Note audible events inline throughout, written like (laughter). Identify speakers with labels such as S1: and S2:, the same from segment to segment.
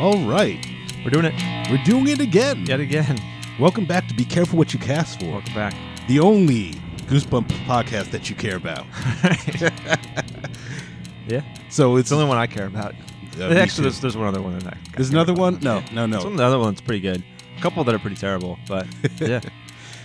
S1: All right.
S2: We're doing it
S1: We're doing it again.
S2: yet again.
S1: Welcome back to Be Careful What You Cast For,
S2: Welcome back.
S1: the only Goosebump podcast that you care
S2: (laughs)
S1: about. Uh,
S2: yeah,
S1: So
S2: it's
S1: it's
S2: the only one I care
S1: Uh,
S2: about.
S1: me too.
S2: Actually, there's, there's one other one in that.
S1: There's another one? No, no,
S2: Some
S1: no.
S2: of the other ones pretty good. A couple that are pretty terrible,
S1: (laughs)
S2: but yeah,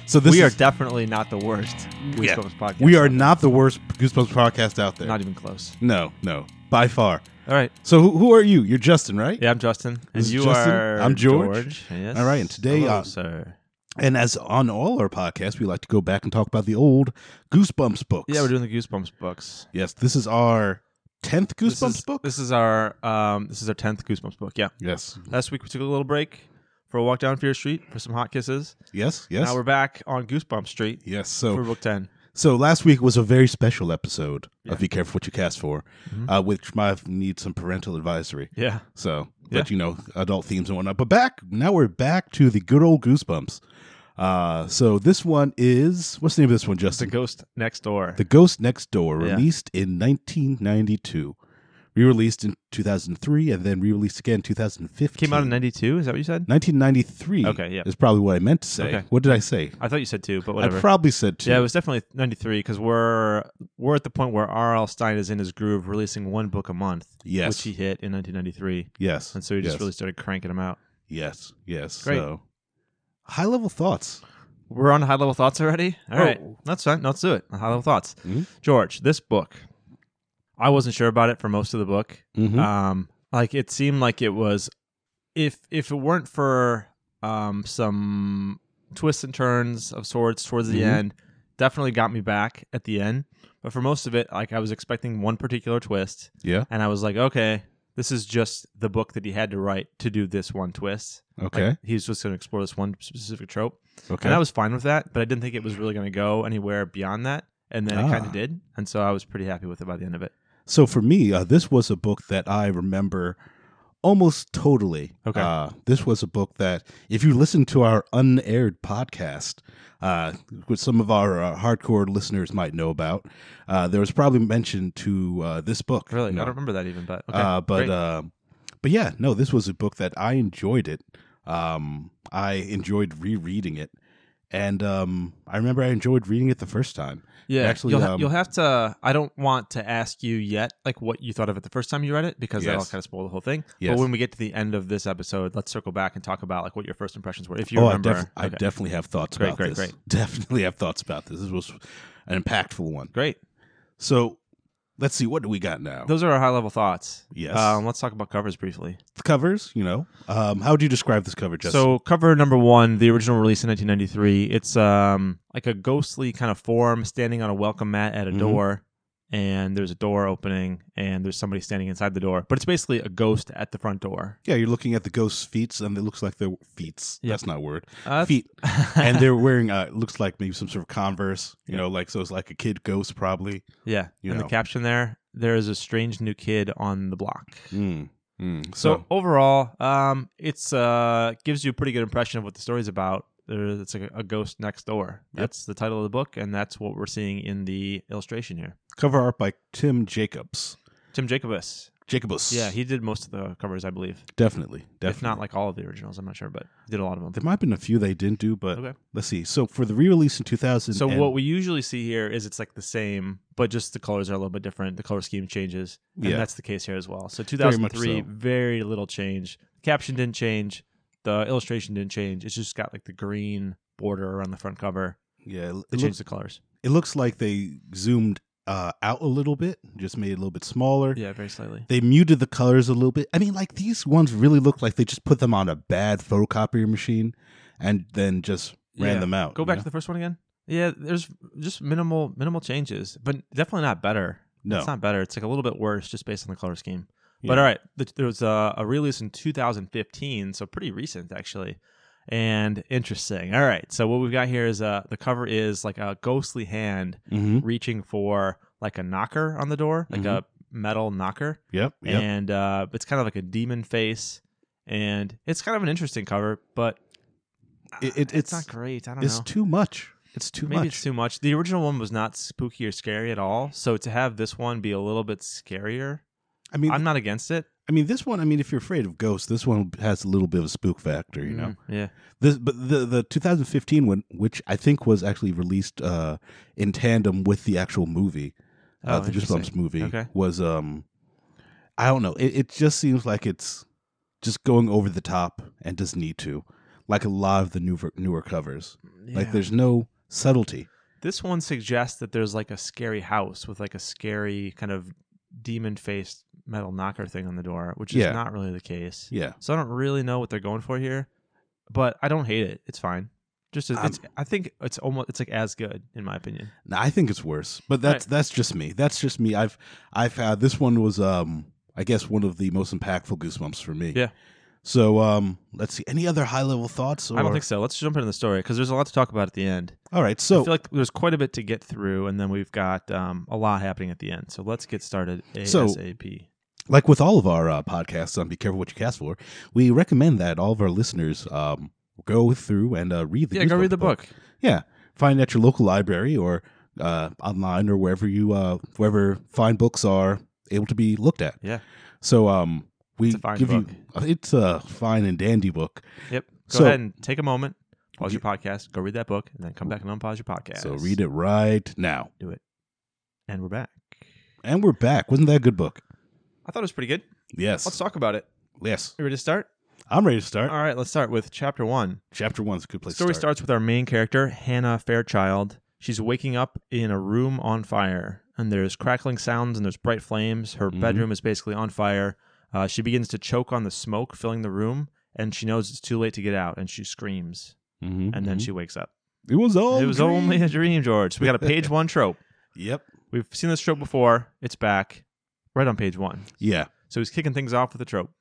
S1: So this
S2: we are
S1: is-
S2: definitely not the worst Goosebumps
S1: Yeah.
S2: podcast.
S1: we are not the worst Goosebumps podcast out there.
S2: not even close.
S1: no, no, by far.
S2: All right.
S1: So who, who are you? You're Justin, right?
S2: Yeah, I'm Justin, and
S1: This is
S2: you
S1: Justin.
S2: are.
S1: I'm George.
S2: Yes.
S1: All right, and today,
S2: Hello,
S1: uh,
S2: sir.
S1: And as on all our podcasts, we like to go back and talk about the old Goosebumps books.
S2: Yeah, we're doing the Goosebumps books.
S1: yes, this is our tenth
S2: This
S1: Goosebumps
S2: is-
S1: book.
S2: This is our um, this is our tenth Goosebumps book. Yeah.
S1: Yes,
S2: Last week we took a little break for a walk down Fear Street for some hot kisses.
S1: yes, yes,
S2: Now we're back on Goosebumps Street
S1: yes. So
S2: for book ten.
S1: So last week was a very special episode
S2: Yeah.
S1: of Be Careful What You Cast For,
S2: Mhm.
S1: uh, which might need some parental advisory.
S2: Yeah.
S1: So,
S2: Yeah.
S1: but you know, adult themes and whatnot. But back now, we're back to the good old Goosebumps. Uh, so this one is what's the name of this one,
S2: The
S1: Justin?
S2: Ghost Next Door.
S1: the Ghost Next Door,
S2: Yeah.
S1: released in 1992, re-released in 2003, and then re-released again in 2015.
S2: Came out in '92. Is that what you said?
S1: 1993.
S2: Okay, yeah.
S1: is probably what I meant to say.
S2: Okay.
S1: What did I say?
S2: I thought you said two, but
S1: I
S2: whatever.
S1: probably said two.
S2: yeah, it was definitely '93 because we're we're at the point where R.L. Stein is in his groove, releasing one book a month,
S1: yes,
S2: which he hit in 1993,
S1: yes,
S2: and so he just
S1: yes.
S2: really started cranking them out.
S1: Yes, yes.
S2: Great.
S1: So, high level thoughts.
S2: We're on high level thoughts already. All
S1: Oh.
S2: right, that's fine. Let's do it. High level thoughts.
S1: Mhm.
S2: George, this book, I wasn't sure about it for most of the book.
S1: Hmm? Uh,
S2: Um, like it seemed like it was, if if it weren't for um some twists and turns of sorts towards the
S1: Mhm.
S2: end, definitely got me back at the end. But for most of it, like I was expecting one particular twist,
S1: yeah.
S2: and I was like, okay, this is just the book that he had to write to do this one twist. Like,
S1: Okay.
S2: he was just going to explore this one specific trope.
S1: okay.
S2: And I was fine with that, but I didn't think it was really going to go anywhere beyond that. And then it
S1: Ah.
S2: kind of did. And so I was pretty happy with it by the end of it.
S1: so for me, uh, this was a book that I remember almost totally.
S2: Okay.
S1: Uh, this was a book that, if you listen to our unaired podcast, uh, which some of our uh, hardcore listeners might know about, uh, there was probably mention to uh, this book.
S2: Really?
S1: You know?
S2: I don't remember that even, but okay.
S1: uh, but
S2: great.
S1: uh, but yeah, no, this was a book that I enjoyed it. Um, I enjoyed rereading it, and um, I remember I enjoyed reading it the first time.
S2: yeah,
S1: actually,
S2: you'll, ha-
S1: um,
S2: you'll have to. I don't want to ask you yet, like what you thought of it the first time you read it, because that'll
S1: Yes.
S2: kind of spoil the whole thing.
S1: Yes.
S2: But when we get to the end of this episode, let's circle back and talk about like what your first impressions were, if you
S1: oh,
S2: remember.
S1: I, def- I
S2: Okay.
S1: definitely have thoughts
S2: Great,
S1: about
S2: great,
S1: this.
S2: great.
S1: (laughs) Definitely have thoughts about this. This was an impactful one.
S2: Great.
S1: So let's see what do we got now.
S2: Those are our high level thoughts.
S1: yes,
S2: Um, let's talk about covers briefly.
S1: the covers. You know, um, how would you describe this cover? Just
S2: So cover number one, the original release in 1993. It's um like a ghostly kind of form standing on a welcome mat at a
S1: Mhm.
S2: door, and there's a door opening, and there's somebody standing inside the door. But it's basically a ghost at the front door.
S1: yeah, you're looking at the ghost's feet, and it looks like they're feet.
S2: Yep.
S1: That's not a word.
S2: Uh, (laughs)
S1: Feet. and they're wearing uh looks like maybe some sort of converse you know like so it's like a kid ghost probably
S2: yeah.
S1: you
S2: And
S1: know.
S2: the caption there: "There is a strange new kid on the block." So,
S1: so
S2: overall, um, it's uh gives you a pretty good impression of what the story's about. There, it's a, a ghost next door.
S1: Yep.
S2: That's the title of the book, and that's what we're seeing in the illustration here.
S1: cover art by tim jacobs
S2: Tim Jacobus,
S1: jacobus
S2: Yeah, he did most of the covers, I believe.
S1: definitely definitely
S2: If not like all of the originals, I'm not sure, but he did a lot of them.
S1: there might have been a few they didn't do but
S2: Okay.
S1: let's see so for the re-release in 2000
S2: So
S1: and-
S2: what we usually see here is it's like the same, but just the colors are a little bit different. The color scheme changes, and
S1: Yeah.
S2: that's the case here as well. So
S1: Very much
S2: 2003, very,
S1: so.
S2: little change. Caption didn't change. The illustration didn't change. It's just got like the green border around the front cover.
S1: yeah it,
S2: They
S1: looks,
S2: changed the colors.
S1: it looks like they zoomed uh out a little bit just made it a little bit smaller
S2: Yeah, very slightly.
S1: They muted the colors a little bit. I mean, like these ones really look like they just put them on a bad photocopier machine, and then just ran
S2: Yeah.
S1: them out.
S2: Go
S1: you
S2: back
S1: know?
S2: to the first one again. Yeah, there's just minimal minimal changes, but definitely not better.
S1: no,
S2: It's not better. It's like a little bit worse just based on the color scheme. But
S1: Yeah.
S2: all right, th- there was a, a release in 2015, so pretty recent actually, and interesting. All right, so what we've got here is uh, the cover is like a ghostly hand
S1: Mm-hmm.
S2: reaching for like a knocker on the door, like
S1: Mhm.
S2: a metal knocker,
S1: Yep. Yep.
S2: and uh, it's kind of like a demon face, and it's kind of an interesting cover, but uh,
S1: It- it-
S2: it's,
S1: it's-
S2: not great. I don't
S1: It's
S2: know.
S1: too much. It's too
S2: Maybe
S1: much.
S2: it's too much. The original one was not spooky or scary at all, so to have this one be a little bit scarier
S1: I mean,
S2: I'm not against it.
S1: I mean, this one. I mean, if you're afraid of ghosts, this one has a little bit of a spook factor, you know.
S2: Mm, yeah.
S1: This, but the the 2015 one, which I think was actually released uh, in tandem with the actual movie, uh,
S2: Oh,
S1: the Goosebumps
S2: interesting.
S1: movie,
S2: Okay.
S1: was um, I don't know. It, it just seems like it's just going over the top and doesn't need to, like a lot of the newer newer covers. Like
S2: Oh, Yeah.
S1: there's no subtlety.
S2: This one suggests that there's like a scary house with like a scary kind of demon faced metal knocker thing on the door, which is
S1: Yeah.
S2: not really the case.
S1: Yeah,
S2: So I don't really know what they're going for here, but I don't hate it. It's fine. Just as,
S1: Um,
S2: it's, I think it's almost it's like as good in my opinion.
S1: No, I think it's worse, but that's that's just me. That's just me. I've I've had this one was um I guess one of the most impactful goosebumps for me.
S2: Yeah.
S1: So um let's see any other high level thoughts. Or...
S2: I don't think so. Let's jump into the story because there's a lot to talk about at the end.
S1: All right.
S2: I
S1: So
S2: feel like there's quite a bit to get through, and then we've got um, a lot happening at the end. So let's get started
S1: So-
S2: ASAP.
S1: like with all of our uh, podcasts on Be Careful What You Cast For, we recommend that all of our listeners um go through and uh, read the
S2: yeah, go
S1: Goosebumps
S2: read the book.
S1: Yeah, find it at your local library or uh, online or wherever you uh wherever fine books are able to be looked at.
S2: Yeah,
S1: So um we
S2: It's a fine
S1: give
S2: book.
S1: you it's a fine and dandy book.
S2: yep. Go
S1: So-
S2: ahead and take a moment, pause your podcast, go read that book, and then come back and unpause your podcast.
S1: So read it right now.
S2: do it, and we're back.
S1: And we're back. Wasn't that a good book?
S2: I thought it was pretty good.
S1: Yes.
S2: Let's talk about it.
S1: yes.
S2: You ready to start?
S1: I'm ready to start.
S2: All right, let's start with chapter one.
S1: Chapter one's a good
S2: The
S1: place
S2: story
S1: to start.
S2: starts with our main character, Hannah Fairchild. She's waking up in a room on fire, and there's crackling sounds and there's bright flames. Her
S1: Mhm.
S2: bedroom is basically on fire. Uh, she begins to choke on the smoke filling the room, and she knows it's too late to get out, and she screams,
S1: Mm-hmm. Oh,
S2: and then she wakes up.
S1: It was all
S2: it was only a dream, George. We
S1: (laughs)
S2: got a page one trope.
S1: Yep.
S2: We've seen this trope before. It's back, right on page one.
S1: Yeah.
S2: So he's kicking things off with a trope.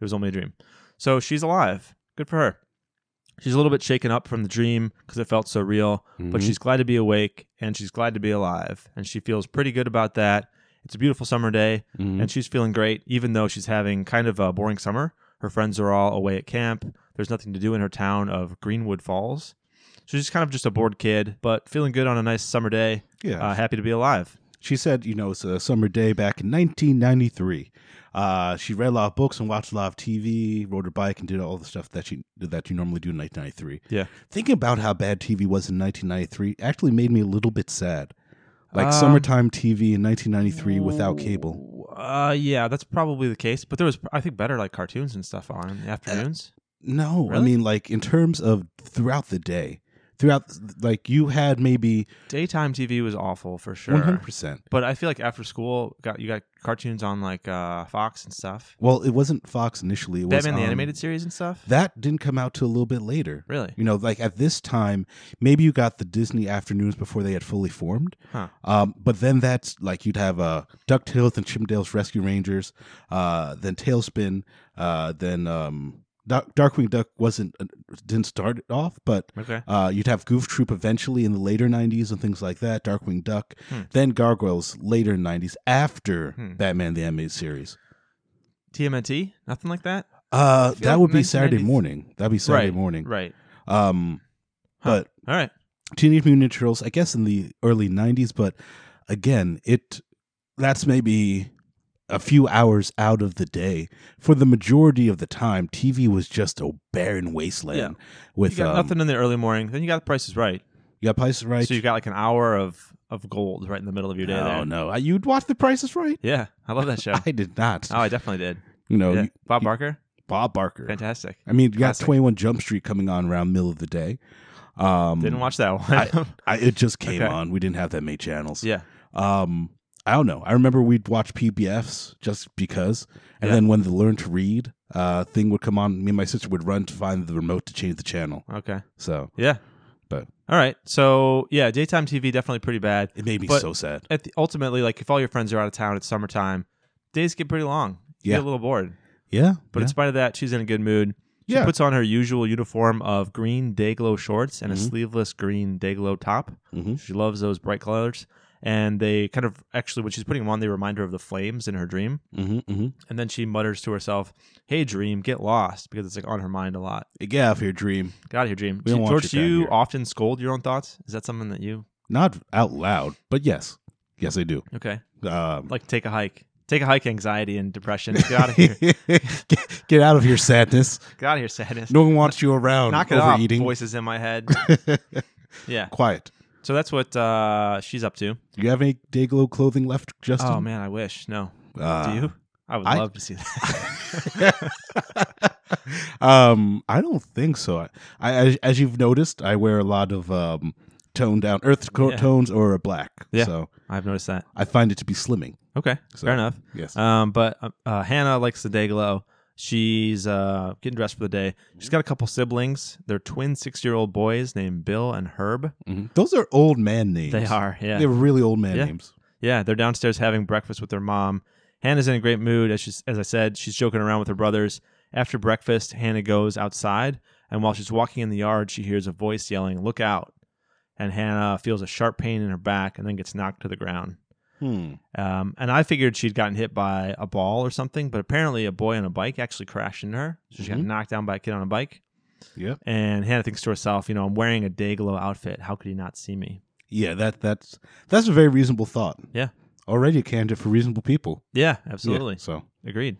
S2: It was only a dream. So she's alive. Good for her. She's a little bit shaken up from the dream because it felt so real, but
S1: Mhm.
S2: she's glad to be awake and she's glad to be alive. And she feels pretty good about that. It's a beautiful summer day
S1: Mhm.
S2: and she's feeling great, even though she's having kind of a boring summer. Her friends are all away at camp. There's nothing to do in her town of Greenwood Falls. So she's kind of just a bored kid, but feeling good on a nice summer day,
S1: yeah.
S2: uh, happy to be alive.
S1: she said, you know, it's a summer day back in 1993. Uh, she read a lot of books and watched a lot of TV, rode her bike, and did all the stuff that she that you normally do in 1993.
S2: Yeah.
S1: Thinking about how bad TV was in 1993 actually made me a little bit sad. Like
S2: Um,
S1: summertime TV in 1993 without cable.
S2: Uh, yeah, that's probably the case. But there was, I think, better like cartoons and stuff on
S1: Uh,
S2: in the afternoons.
S1: No, I
S2: Really?
S1: mean like in terms of throughout the day, throughout like you had maybe
S2: Daytime TV was awful for
S1: one
S2: sure.
S1: hundred percent.
S2: But I feel like after school, got you got cartoons on like uh, Fox and stuff.
S1: Well, it wasn't Fox initially. It was
S2: Batman the
S1: on-
S2: animated series and stuff.
S1: That didn't come out till a little bit later.
S2: really?
S1: You know, like at this time, maybe you got the Disney afternoons before they had fully formed.
S2: Huh.
S1: Um, but then that's like you'd have uh, Ducktales and Chippendales Rescue Rangers, uh, then Tailspin, uh, then um, Dark- Darkwing Duck wasn't uh, didn't start it off, but
S2: Okay.
S1: Uh, you'd have Goof Troop eventually in the later 90s and things like that, Darkwing Duck,
S2: Hmm.
S1: then Gargoyles later 90s after
S2: Hmm.
S1: Batman the Animated Series.
S2: TMNT? Nothing like that.
S1: Uh,
S2: feel
S1: that
S2: like
S1: would be Saturday
S2: 1990s
S1: morning. That'd be Saturday
S2: Right,
S1: morning.
S2: Right.
S1: Um,
S2: Huh.
S1: but
S2: All right.
S1: Teenage Mutant Ninja Turtles, I guess in the early 90s, but again, it that's maybe a few hours out of the day. For the majority of the time, TV was just a barren wasteland with
S2: You got
S1: um,
S2: nothing in the early morning. Then you got the prices right.
S1: You got Price is Right.
S2: So you got like an hour of of gold right in the middle of your day.
S1: oh
S2: there.
S1: no, you'd watch The Price is Right.
S2: Yeah, I
S1: (laughs)
S2: love that show.
S1: I did not.
S2: oh, I definitely did.
S1: You know,
S2: Yeah.
S1: Oh, you-
S2: Bob Barker,
S1: Bob Barker.
S2: fantastic.
S1: I mean, you got
S2: Classic.
S1: 21 Jump Street coming on around middle of the day. Um,
S2: Didn't watch that one.
S1: I, it just came
S2: Okay.
S1: on. We didn't have that many channels.
S2: (laughs) yeah.
S1: Um, I don't know. I remember we'd watch PBFs just because. And
S2: Yeah.
S1: then when the Learn to Read uh, thing would come on, me and my sister would run to find the remote to change the channel.
S2: Okay.
S1: So
S2: Yeah.
S1: But-
S2: all right. So yeah, daytime TV definitely pretty bad.
S1: it made me
S2: But-
S1: so sad.
S2: At the, ultimately, like if all your friends are out of town, it's summertime. Days get pretty long. You
S1: Yeah.
S2: get a little bored.
S1: Yeah.
S2: But
S1: yeah.
S2: in spite of that, she's in a good mood. She
S1: Yeah.
S2: puts on her usual uniform of green dayglow shorts and
S1: Mhm.
S2: a sleeveless green dayglow top.
S1: Mhm.
S2: She loves those bright colors. And they kind of actually, when she's putting them on, they remind her of the flames in her dream.
S1: Mhm, mhm.
S2: And then she mutters to herself, "Hey, dream, get lost," because it's like on her mind a lot.
S1: Get out of here, Dream.
S2: Get out of here, dream.
S1: We don't want
S2: George,
S1: you
S2: do
S1: down
S2: you
S1: here.
S2: often scold your own thoughts? Is that something that you
S1: Not out loud, but yes. Yes, I do.
S2: okay?
S1: Um,
S2: Like take a hike, Take a hike, anxiety and depression.
S1: (laughs)
S2: Get out of here.
S1: get, get out of here, sadness.
S2: Get out of here, sadness.
S1: No one wants you around
S2: Knock it
S1: overeating.
S2: off. Voices in my head. yeah.
S1: (laughs) Quiet.
S2: So that's what uh, she's up to.
S1: Do you have any Dayglow clothing left, Justin?
S2: Oh man, I wish. No.
S1: Uh,
S2: Do you? I would
S1: I-
S2: love to
S1: (laughs)
S2: see that. (laughs)
S1: um, I don't think so. I, I as, as you've noticed, I wear a lot of um, toned down earth co-
S2: Yeah.
S1: tones or a black.
S2: Yeah.
S1: So
S2: I've noticed that.
S1: I find it to be slimming.
S2: Okay.
S1: So-
S2: Fair enough.
S1: Yes.
S2: Um, but uh, uh, Hannah likes the day glow. She's uh, getting dressed for the day. She's got a couple siblings. They're twin six year old boys named Bill and Herb.
S1: Mhm. Those are old man names.
S2: They are, yeah.
S1: They're really old man
S2: Yeah.
S1: names.
S2: yeah, they're downstairs having breakfast with their mom. Hannah's in a great mood. As, she's, as I said, she's joking around with her brothers. After breakfast, Hannah goes outside, and while she's walking in the yard, she hears a voice yelling, Look out. And Hannah feels a sharp pain in her back and then gets knocked to the ground.
S1: Hmm.
S2: Um, and I figured she'd gotten hit by a ball or something, but apparently a boy on a bike actually crashed into her. So she
S1: Mhm.
S2: got knocked down by a kid on a bike.
S1: Yeah.
S2: And Hannah thinks to herself, you know, I'm wearing a Dayglow outfit. How could he not see me?
S1: Yeah, that that's that's a very reasonable thought.
S2: Yeah.
S1: Already a candidate for reasonable people.
S2: Yeah,
S1: Yeah,
S2: absolutely.
S1: so
S2: Agreed.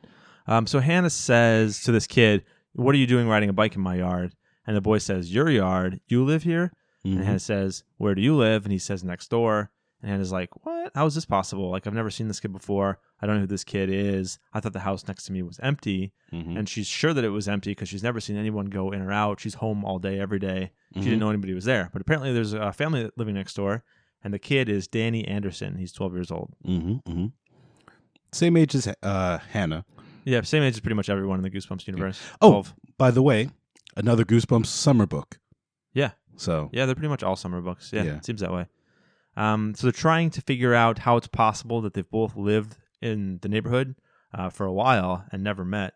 S2: Um, so Hannah says to this kid, What are you doing riding a bike in my yard? And the boy says, Your yard. You live here?
S1: mhm.
S2: And Hannah says, Where do you live? And he says, Next door. And Hannah's like, What? How is this possible? Like, I've never seen this kid before. I don't know who this kid is. I thought the house next to me was empty.
S1: Mhm.
S2: and she's sure that it was empty because she's never seen anyone go in or out. She's home all day, every day. She
S1: Mhm.
S2: didn't know anybody was there, but apparently there's a family living next door, and the kid is Danny Anderson. He's 12 years old.
S1: Mhm, mhm. Same age as uh, Hannah.
S2: Yeah, same age as pretty much everyone in the Goosebumps universe.
S1: Oh.
S2: 12.
S1: By the way, another Goosebumps summer book.
S2: Yeah.
S1: So
S2: yeah, they're pretty much all summer books. Yeah,
S1: Yeah.
S2: it seems that way. Um, so they're trying to figure out how it's possible that they've both lived in the neighborhood uh, for a while and never met.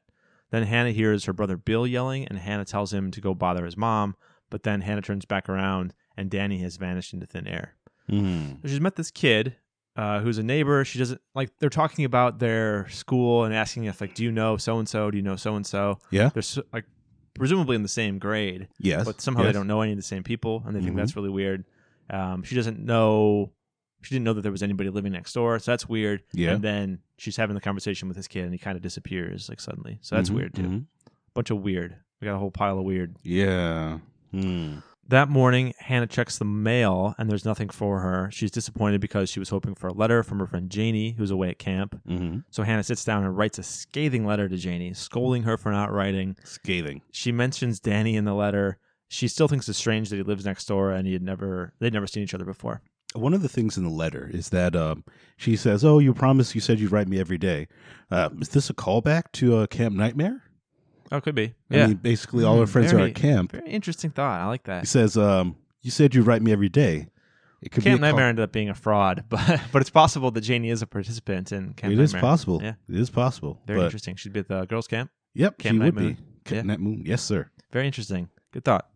S2: Then Hannah hears her brother Bill yelling, and Hannah tells him to go bother his mom. But then Hannah turns back around, and Danny has vanished into thin air.
S1: mhm.
S2: So she's met this kid uh, who's a neighbor. She doesn't like they're talking about their school and asking if like, do you know so and so? Do you know so and so?
S1: Yeah.
S2: they're so, like presumably in the same grade,
S1: yes,
S2: but somehow they
S1: yes.
S2: don't know any of the same people, and they think
S1: Mhm.
S2: that's really weird. Um, she doesn't know. She didn't know that there was anybody living next door, so that's weird.
S1: Yeah.
S2: And then she's having the conversation with this kid, and he kind of disappears like suddenly. So that's
S1: Mhm,
S2: weird too.
S1: mhm.
S2: Bunch of weird. We got a whole pile of weird.
S1: Yeah. Hmm.
S2: That morning, Hannah checks the mail and there's nothing for her. She's disappointed because she was hoping for a letter from her friend Janie, who's away at camp.
S1: Mhm.
S2: So Hannah sits down and writes a scathing letter to Janie, scolding her for not writing.
S1: Scathing.
S2: She mentions Danny in the letter. She still thinks it's strange that he lives next door and he had never they'd never seen each other before.
S1: One of the things in the letter is that um, she says, "Oh, you promised you said you'd write me every day. Uh, is this a callback to uh, Camp Nightmare?
S2: Oh, could be.
S1: I
S2: Yeah.
S1: mean, basically, all her
S2: Hmm,
S1: friends are
S2: very-
S1: at camp.
S2: Very interesting thought. I like
S1: He
S2: that.
S1: says, um, "You said you'd write me every day. It could
S2: Camp
S1: be a
S2: Nightmare ended up being a fraud, (laughs) but but it's possible that Janie is a participant in
S1: Call-
S2: Camp
S1: it
S2: Nightmare.
S1: is possible.
S2: Yeah.
S1: It is possible.
S2: Very
S1: but,
S2: interesting. She'd be at the girls' camp.
S1: Yep,
S2: Camp
S1: she
S2: Night
S1: would
S2: Moon.
S1: be. Camp
S2: Yeah.
S1: Night Moon. Yes, sir.
S2: Very interesting. Good thought.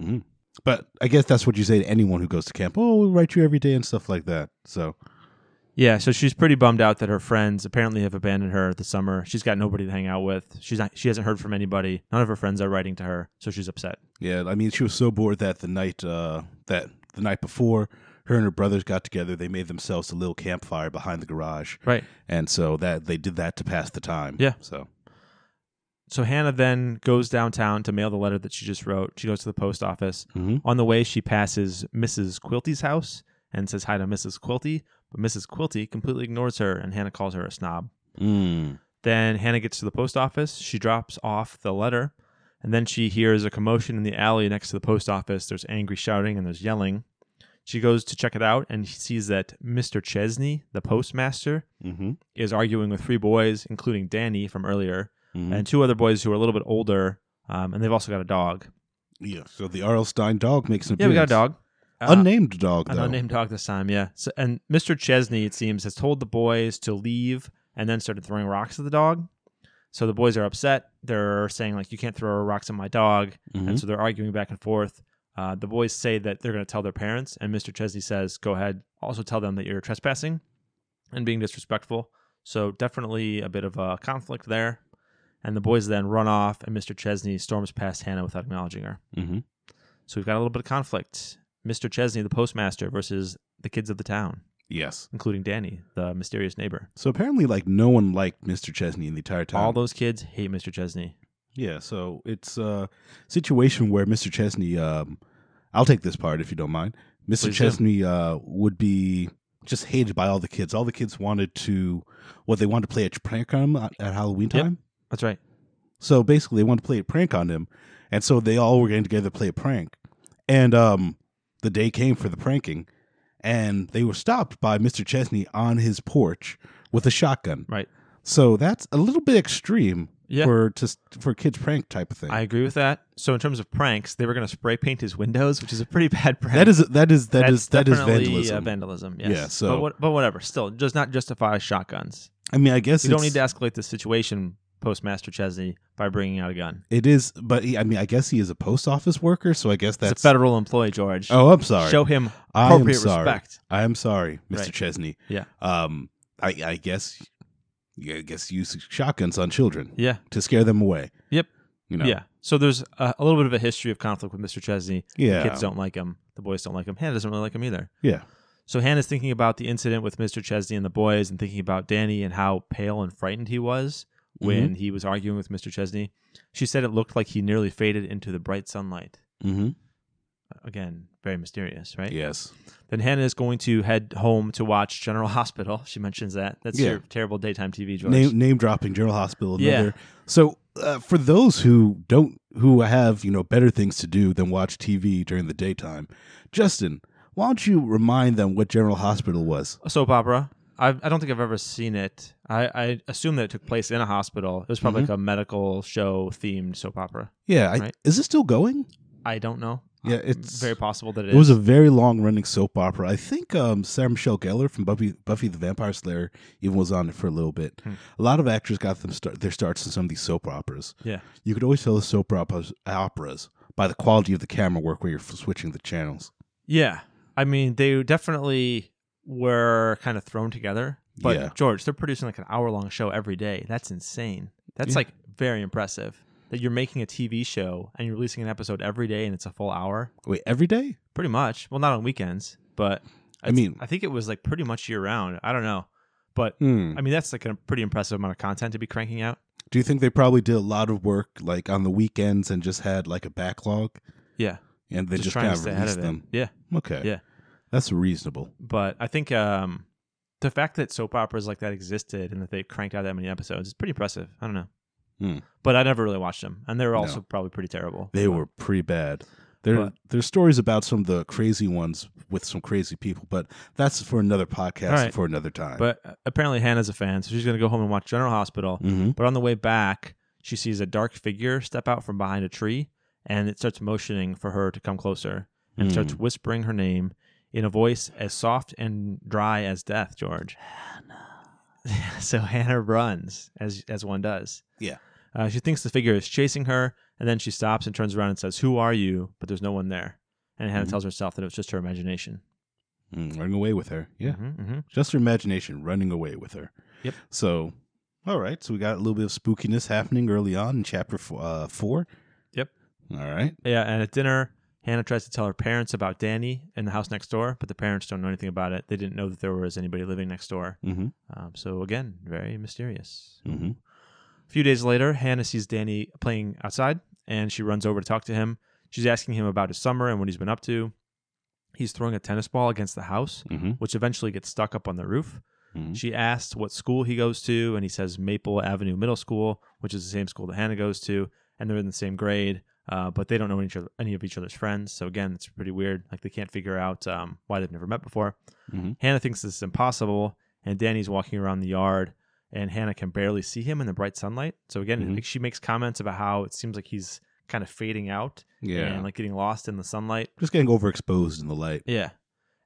S1: hmm But I guess that's what you say to anyone who goes to camp. Oh, we write you every day and stuff like that. So
S2: Yeah, so she's pretty bummed out that her friends apparently have abandoned her this summer. She's got nobody to hang out with. She's not, she hasn't heard from anybody. None of her friends are writing to her, so she's upset.
S1: yeah, I mean, she was so bored that the night uh, that the night before, her and her brothers got together. They made themselves a little campfire behind the garage,
S2: Right.
S1: and so that they did that to pass the time.
S2: Yeah.
S1: So
S2: So Hannah then goes downtown to mail the letter that she just wrote. She goes to the post office.
S1: Mhm.
S2: On the way, she passes Mrs. Quilty's house and says hi to Mrs. Quilty, but Mrs. Quilty completely ignores her and Hannah calls her a snob.
S1: mm.
S2: Then Hannah gets to the post office. She drops off the letter, and then she hears a commotion in the alley next to the post office. There's angry shouting and there's yelling. She goes to check it out and she sees that Mr. Chesney, the postmaster,
S1: mm-hmm.
S2: is arguing with three boys, including Danny from earlier,
S1: Mm-hmm.
S2: and two other boys who are a little bit older, um, and they've also got a dog.
S1: yeah. So the Arlstein dog makes an
S2: Yeah, we got a
S1: appearance.
S2: dog. Uh,
S1: unnamed dog
S2: An
S1: though.
S2: unnamed dog this time, yeah. So, and Mr. Chesney, it seems, has told the boys to leave and then started throwing rocks at the dog. So the boys are upset. They're saying, like, you can't throw rocks at my dog. And
S1: Mhm.
S2: so they're arguing back and forth. Uh, the boys say that they're going to tell their parents. And Mr. Chesney says, go ahead. Also tell them that you're trespassing and being disrespectful. So definitely a bit of a conflict there. And the boys then run off, and Mr. Chesney storms past Hannah without acknowledging her.
S1: Mhm.
S2: So we've got a little bit of conflict. Mr. Chesney, the postmaster, versus the kids of the town.
S1: Yes.
S2: including Danny, the mysterious neighbor.
S1: So apparently, like no one liked Mr. Chesney in the entire time.
S2: All those kids hate Mr. Chesney.
S1: yeah. So it's a situation where Mr. Chesney, um, I'll take this part if you don't mind. Mr.
S2: Please do.
S1: Chesney uh, would be just hated by all the kids. All the kids wanted to, what they wanted to play a prank on him at, at Halloween
S2: Yep.
S1: time.
S2: That's right.
S1: So basically, they wanted to play a prank on him, and so they all were getting together to play a prank. And um, the day came for the pranking, and they were stopped by Mr. Chesney on his porch with a shotgun.
S2: Right.
S1: So that's a little bit extreme
S2: Yeah.
S1: for to, for kids prank type of thing.
S2: I agree with that. So in terms of pranks, they were going to spray paint his windows, which is a pretty bad prank.
S1: that is that is that
S2: That's
S1: is that is
S2: definitely,
S1: vandalism.
S2: Uh, vandalism. Yes.
S1: Yeah, so-
S2: but, what, but whatever. Still does not justify shotguns.
S1: I mean, I guess
S2: You don't
S1: it's-
S2: need to escalate the situation, Postmaster Chesney, by bringing out a gun.
S1: It is, but he, I mean, I guess he is a post office worker, so I guess
S2: it's
S1: that's
S2: a federal employee, George.
S1: Oh, I'm sorry.
S2: Show him
S1: I am
S2: appropriate
S1: sorry.
S2: respect.
S1: I am sorry, Mr.
S2: Right.
S1: Chesney.
S2: Yeah.
S1: Um, I, I guess, yeah, I guess use shotguns on children
S2: Yeah.
S1: to scare them away.
S2: Yep.
S1: You know.
S2: Yeah. So there's a, a little bit of a history of conflict with Mr. Chesney.
S1: Yeah.
S2: Kids don't like him. The boys don't like him. Hannah doesn't really like him either.
S1: Yeah.
S2: So Hannah's thinking about the incident with Mr. Chesney and the boys and thinking about Danny and how pale and frightened he was
S1: Mm-hmm.
S2: when he was arguing with Mr. Chesney. She said it looked like he nearly faded into the bright sunlight.
S1: Mm-hmm.
S2: Again, very mysterious, right?
S1: Yes.
S2: Then Hannah is going to head home to watch General (laughs) Hospital. She mentions that. That's
S1: Yeah.
S2: your terrible daytime TV, George.
S1: Name, name dropping General Hospital.
S2: Yeah.
S1: Another. So uh, for those who don't, who have you know better things to do than watch TV during the daytime, Justin, why don't you remind them what General Hospital was?
S2: a soap opera. I, I don't think I've ever seen it. I, I assume that it took place in a hospital. It was probably
S1: Mm-hmm.
S2: like a medical show themed soap opera.
S1: Yeah. I,
S2: Right.
S1: Is this still going?
S2: I don't know.
S1: Yeah,
S2: Uh,
S1: it's-
S2: very possible that
S1: It was a very long running soap opera. I think um, Sarah Michelle Gellar from Buffy, Buffy the Vampire Slayer even was on it for a little bit.
S2: Hmm.
S1: A lot of actors got them start, their starts in some of these soap operas.
S2: yeah.
S1: You could always tell the soap operas, operas by the quality of the camera work where you're f- switching the channels.
S2: Yeah. I mean, they definitely were kind of thrown together. But
S1: Yeah.
S2: George, they're producing like an hour long show every day. That's insane. That's
S1: Yeah.
S2: like very impressive that you're making a TV show and you're releasing an episode every day and it's a full hour.
S1: Wait, every day?
S2: Pretty much. Well, not on weekends, but
S1: I mean-
S2: I think it was like pretty much year round. I don't know. But
S1: Hmm.
S2: I mean, that's like a pretty impressive amount of content to be cranking out.
S1: Do you think they probably did a lot of work like on the weekends and just had like a backlog
S2: Yeah.
S1: and they just, kind of released them?
S2: it. Yeah.
S1: Okay.
S2: Yeah.
S1: That's reasonable.
S2: But I think um, the fact that soap operas like that existed and that they cranked out that many episodes is pretty impressive. I don't know.
S1: Hmm.
S2: But I never really watched them. And they were
S1: No.
S2: also probably pretty terrible.
S1: They were pretty bad. There,
S2: But-
S1: there's stories about some of the crazy ones with some crazy people, but that's for another podcast
S2: All right.
S1: for another time.
S2: But uh, apparently Hannah's a fan, so she's going to go home and watch General Hospital.
S1: Mhm.
S2: But on the way back, she sees a dark figure step out from behind a tree and it starts motioning for her to come closer and
S1: Hmm.
S2: starts whispering her name in a voice as soft and dry as death, George. Hannah. (laughs) so Hannah runs as as one does.
S1: Yeah.
S2: Uh, she thinks the figure is chasing her and then she stops and turns around and says, "Who are you?" But there's no one there. And Hannah
S1: Mhm.
S2: tells herself that it was just her imagination.
S1: Mm, running away with her. Yeah.
S2: Mhm, mhm.
S1: Just her imagination running away with her.
S2: Yep.
S1: So, all right. So we got a little bit of spookiness happening early on in chapter four. Uh, four.
S2: Yep.
S1: All right.
S2: Yeah, and at dinner, Hannah tries to tell her parents about Danny in the house next door, but the parents don't know anything about it. They didn't know that there was anybody living next door.
S1: Mm-hmm.
S2: Um, so again, very mysterious.
S1: Mm-hmm.
S2: A few days later, Hannah sees Danny playing outside, and she runs over to talk to him. She's asking him about his summer and what he's been up to. He's throwing a tennis ball against the house,
S1: Mm-hmm.
S2: which eventually gets stuck up on the roof.
S1: Mhm.
S2: She asks what school he goes to, and he says Maple Avenue Middle School, which is the same school that Hannah goes to, and they're in the same grade, uh, but they don't know any, each other, any of each other's friends. So again, it's pretty weird. Like they can't figure out um, why they've never met before.
S1: Mhm.
S2: Hannah thinks this is impossible, and Danny's walking around the yard, and Hannah can barely see him in the bright sunlight. So again,
S1: Mhm.
S2: like, she makes comments about how it seems like he's kind of fading out
S1: Yeah.
S2: and like getting lost in the sunlight.
S1: Just getting overexposed in the light.
S2: Yeah.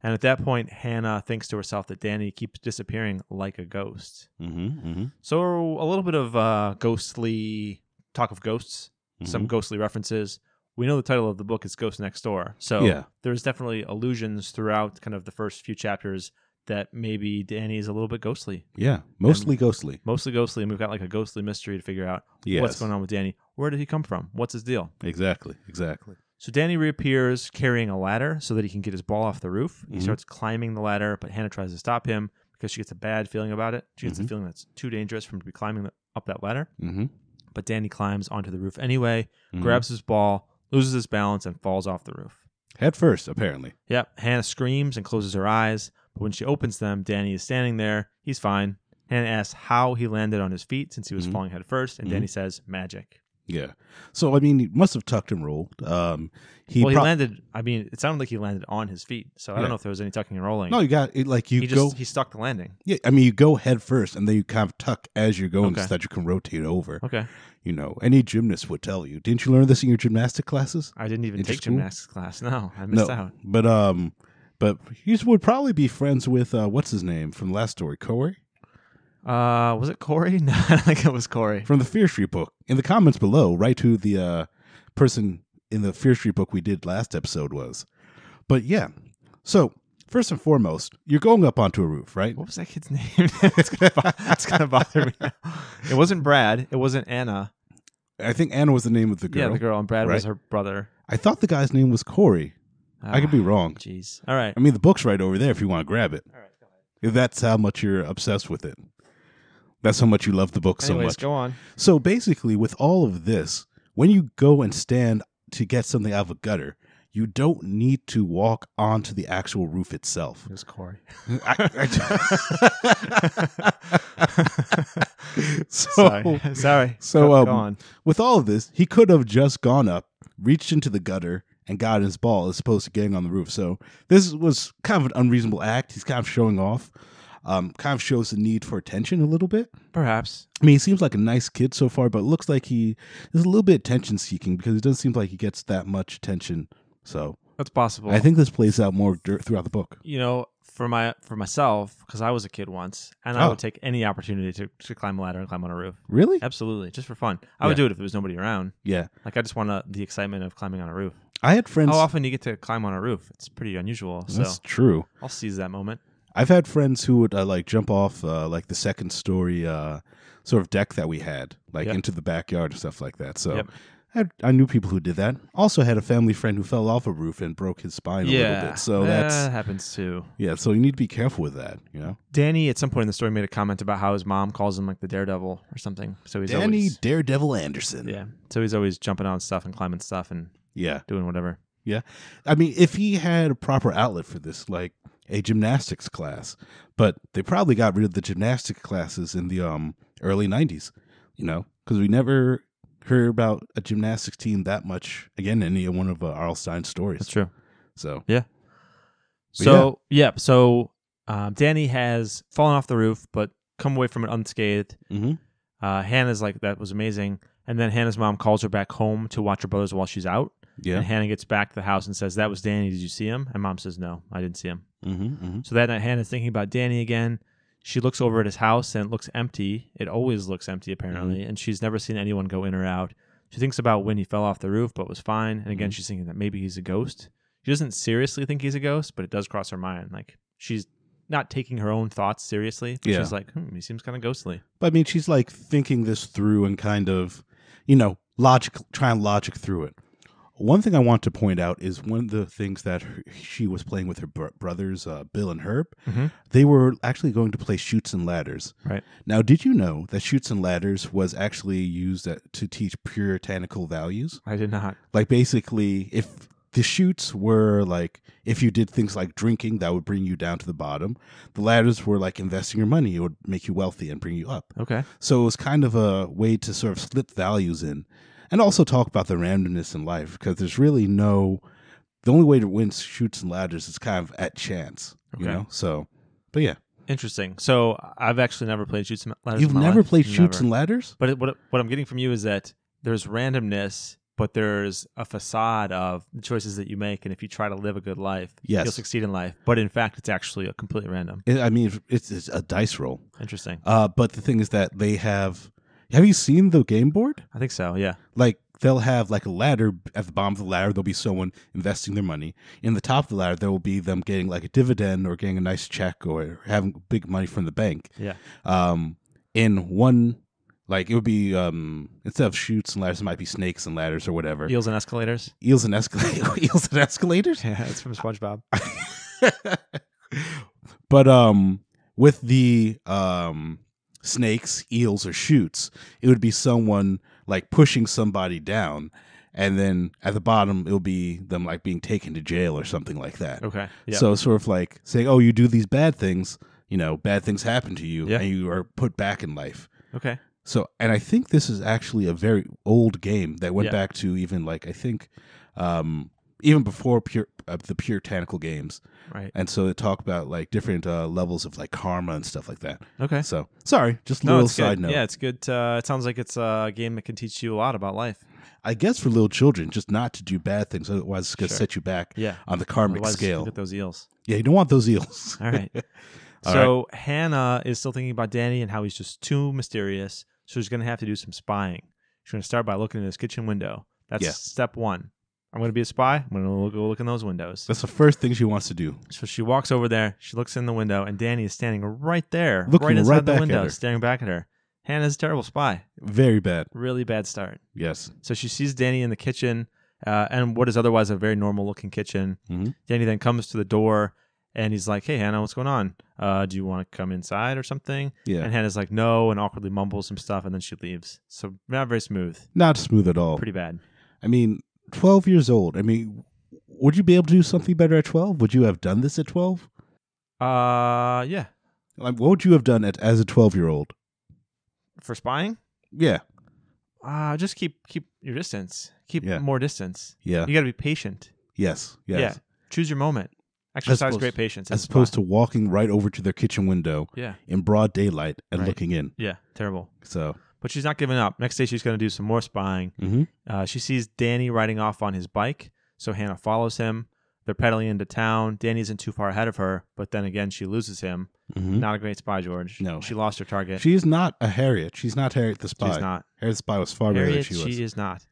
S2: And at that point, Hannah thinks to herself that Danny keeps disappearing like a ghost.
S1: Mm-hmm. Mm-hmm.
S2: So a little bit of uh, ghostly talk of ghosts,
S1: mm-hmm.
S2: some ghostly references. We know the title of the book is Ghost Next Door, so
S1: Yeah.
S2: there's definitely allusions throughout kind of the first few chapters that maybe Danny is a little bit ghostly,
S1: Yeah. Mostly ghostly.
S2: mostly ghostly, and we've got like a ghostly mystery to figure out
S1: Yes.
S2: what's going on with Danny. Where did he come from? What's his deal?
S1: Exactly. Exactly.
S2: So Danny reappears carrying a ladder so that he can get his ball off the roof. He
S1: Mhm.
S2: starts climbing the ladder, but Hannah tries to stop him because she gets a bad feeling about it. She gets the
S1: Mhm.
S2: feeling that's too dangerous for him to be climbing the, up that ladder.
S1: Mm-hmm.
S2: But Danny climbs onto the roof anyway, grabs his ball, loses his balance, and falls off the roof.
S1: head first, apparently.
S2: Yep. Hannah screams and closes her eyes, but when she opens them, Danny is standing there. He's fine. Hannah asks how he landed on his feet since he was
S1: Mhm.
S2: falling head first, and
S1: Mhm.
S2: Danny says magic.
S1: Yeah. So I mean, he must have tucked and rolled. Um, he,
S2: well,
S1: prob-
S2: he landed. I mean, it sounded like he landed on his feet, so I
S1: Yeah.
S2: don't know if there was any tucking and rolling.
S1: no, you got it. Like you
S2: he
S1: go,
S2: just he stuck the landing.
S1: yeah. I mean, you go head first, and then you kind of tuck as you're going,
S2: Okay.
S1: so that you can rotate over.
S2: Okay,
S1: You know, any gymnast would tell you. Didn't you learn this in your gymnastic classes?
S2: I didn't even
S1: Did you
S2: take
S1: school?
S2: gymnastics class. No, I missed out.
S1: but um, but he would probably be friends with uh, what's his name from the last story, Corey
S2: Uh, was it Corey? (laughs) No, I don't think it was Corey.
S1: from the Fear Street book. In the comments below, write who the uh, person in the Fear Street book we did last episode was. But yeah, so first and foremost, you're going up onto a roof, right?
S2: What was that kid's name? (laughs) it's, gonna bo- it's gonna bother me. Now. It wasn't Brad. It wasn't Anna.
S1: I think Anna was the name of the girl.
S2: Yeah, the girl and Brad was
S1: Right.
S2: her brother.
S1: I thought the guy's name was Corey. I could be
S2: Ah,
S1: wrong.
S2: Jeez. All right.
S1: I mean, the book's right over there if you want to grab it.
S2: All right. Go ahead.
S1: If that's how much you're obsessed with it, that's how much you love the book so
S2: Anyways,
S1: much.
S2: go on.
S1: So basically, with all of this, when you go and stand to get something out of a gutter, you don't need to walk onto the actual roof itself.
S2: It was Corey.
S1: (laughs)
S2: (laughs)
S1: (laughs) So,
S2: (laughs) Sorry. Sorry.
S1: so,
S2: go,
S1: um,
S2: go on.
S1: with all of this, he could have just gone up, reached into the gutter, and gotten his ball as opposed to getting on the roof. So this was kind of an unreasonable act. He's kind of showing off. Um, kind of shows the need for attention a little bit.
S2: Perhaps.
S1: I mean, he seems like a nice kid so far, but looks like he is a little bit attention seeking because it doesn't seem like he gets that much attention. So
S2: That's possible.
S1: I think this plays out more dur- throughout the book.
S2: you know for my for myself because I was a kid once, and I
S1: Oh.
S2: would take any opportunity to, to climb a ladder and climb on a roof.
S1: Really?
S2: Absolutely, just for fun. I would
S1: Yeah.
S2: do it if there was nobody around.
S1: Yeah.
S2: Like I just want to, the excitement of climbing on a roof.
S1: I had friends.
S2: How often do you get to climb on a roof? It's pretty unusual. So
S1: That's true.
S2: I'll seize that moment.
S1: I've had friends who would uh, like jump off uh, like the second story uh, sort of deck that we had, like
S2: Yep.
S1: into the backyard and stuff like that. So
S2: Yep.
S1: I, I knew people who did that. Also had a family friend who fell off a roof and broke his spine a little bit. So
S2: Yeah, Uh.
S1: that's
S2: that happens too.
S1: yeah. So you need to be careful with that. You know,
S2: Danny, at some point in the story, made a comment about how his mom calls him like the daredevil or something. So he's
S1: Danny
S2: always
S1: Daredevil Anderson.
S2: yeah. So he's always jumping on stuff and climbing stuff and
S1: Yeah.
S2: doing whatever.
S1: Yeah. I mean, if he had a proper outlet for this, like a gymnastics class, but they probably got rid of the gymnastic classes in the um early 90s, you know, because we never heard about a gymnastics team that much again in any one of uh, Arl Stein's stories.
S2: That's true.
S1: So, But
S2: So yeah, so um, Danny has fallen off the roof, but come away from it unscathed.
S1: mm-hmm.
S2: Uh, Hannah's like, "That was amazing." And then Hannah's mom calls her back home to watch her brothers while she's out.
S1: yeah.
S2: And Hannah gets back to the house and says, "That was Danny. Did you see him?" And mom says, "No, I didn't see him."
S1: Mm-hmm, mm-hmm.
S2: So that night, Hannah's thinking about Danny again. She looks over at his house and it looks empty. It always looks empty, apparently, and she's never seen anyone go in or out. She thinks about when he fell off the roof but was fine. And again, she's thinking that maybe he's a ghost. She doesn't seriously think he's a ghost, but it does cross her mind. Like, she's not taking her own thoughts seriously. but
S1: Yeah.
S2: She's like, hmm, he seems kind of ghostly.
S1: But I mean, she's like thinking this through and kind of, you know, logic, trying logic through it. One thing I want to point out is one of the things that her, she was playing with her br- brothers, uh, Bill and Herb.
S2: Mhm.
S1: They were actually going to play shoots and ladders.
S2: Right.
S1: Now, did you know that shoots and ladders was actually used at, to teach puritanical values?
S2: I did not.
S1: Like, basically, if the shoots were like, if you did things like drinking, that would bring you down to the bottom. The ladders were like investing your money, it would make you wealthy and bring you up.
S2: Okay.
S1: So it was kind of a way to sort of slip values in and also talk about the randomness in life because there's really no, the only way to win shoots and ladders is kind of at chance, you
S2: Okay.
S1: know? So, but yeah.
S2: Interesting. So I've actually never played shoots and ladders. in
S1: You've
S2: my
S1: never
S2: life.
S1: played shoots
S2: Never.
S1: and ladders?
S2: But it, what what I'm getting from you is that there's randomness, but there's a facade of the choices that you make, and if you try to live a good life,
S1: Yes.
S2: you'll succeed in life. But in fact, it's actually a completely random.
S1: It- I mean, it's, it's a dice roll.
S2: Interesting.
S1: Uh, but the thing is that they have, have you seen the game board?
S2: I think so. Yeah.
S1: Like, they'll have like a ladder at the bottom of the ladder there'll be someone investing their money in the top of the ladder there will be them getting like a dividend or getting a nice check or having big money from the bank
S2: Yeah.
S1: um, in one Like it would be um instead of shoots and ladders, it might be snakes and ladders or whatever.
S2: Eels
S1: (laughs)
S2: and escalators.
S1: Eels and escalators. (laughs) eels and escalators.
S2: Yeah, it's from SpongeBob.
S1: (laughs) but um with the um snakes, eels or shoots, it would be someone like pushing somebody down and then at the bottom it'll be them like being taken to jail or something like that.
S2: Okay. Oh, Yeah.
S1: So it's sort of like saying, "Oh, you do these bad things, you know, bad things happen to you
S2: Yeah.
S1: and you are put back in life."
S2: okay.
S1: So, and I think this is actually a very old game that went
S2: Yeah.
S1: back to even like I think um, even before pure, uh, the puritanical games,
S2: Right.
S1: and so they talk about like different uh, levels of like karma and stuff like that.
S2: Okay.
S1: So, sorry, just a
S2: Eh. No,
S1: little
S2: it's good.
S1: side note.
S2: Yeah, it's good. Uh, it sounds like it's a game that can teach you a lot about life.
S1: I guess for little children, just not to do bad things, otherwise it's gonna
S2: Sure.
S1: set you back
S2: Yeah.
S1: on the karmic
S2: Otherwise,
S1: scale.
S2: Look at those eels.
S1: Yeah, you don't want those eels.
S2: All (laughs) right.
S1: (laughs) All
S2: so Hannah is still thinking about Danny and how he's just too mysterious. So she's going to have to do some spying. She's going to start by looking in his kitchen window. That's
S1: Yeah.
S2: step one. I'm going to be a spy. I'm going to go look in those windows.
S1: That's the first thing she wants to do.
S2: So she walks over there. She looks in the window, and Danny is standing right there,
S1: Looking
S2: right inside
S1: right
S2: the
S1: back
S2: window,
S1: at her.
S2: staring back at her. Hannah's a terrible spy.
S1: Very bad.
S2: Really bad start.
S1: Yes.
S2: So she sees Danny in the kitchen, uh, and what is otherwise a very normal looking kitchen.
S1: Mhm.
S2: Danny then comes to the door, and he's like, "Hey Hannah, what's going on? Uh, do you want to come inside or something?"
S1: Yeah.
S2: And Hannah's like, "No," and awkwardly mumbles some stuff, and then she leaves. So not very smooth.
S1: Not smooth at all.
S2: Pretty bad.
S1: I mean, 12 years old. I mean, would you be able to do something better at 12? Would you have done this at 12?
S2: Uh, yeah.
S1: Like, what would you have done at, as a 12 year old?
S2: For spying,
S1: Yeah.
S2: uh, just keep keep your distance. Keep
S1: Yeah.
S2: more distance.
S1: Yeah.
S2: You got to be patient.
S1: Yes. Yes.
S2: Yeah. Choose your moment. Exercise
S1: opposed-
S2: great patience.
S1: As opposed to walking right over to their kitchen window
S2: yeah,
S1: in broad daylight and
S2: Right.
S1: looking in.
S2: yeah, terrible.
S1: So,
S2: But she's not giving up. Next day, she's going to do some more spying.
S1: mm-hmm.
S2: Uh, she sees Danny riding off on his bike, so Hannah follows him. They're pedaling into town. Danny isn't too far ahead of her, but then again, she loses him.
S1: Mm-hmm.
S2: Not a great spy, George.
S1: No.
S2: she lost her target.
S1: she's not a Harriet. She's not Harriet the Spy.
S2: She's not.
S1: Harriet the Spy was far better than
S2: Harriet,
S1: she
S2: she,
S1: was.
S2: is not.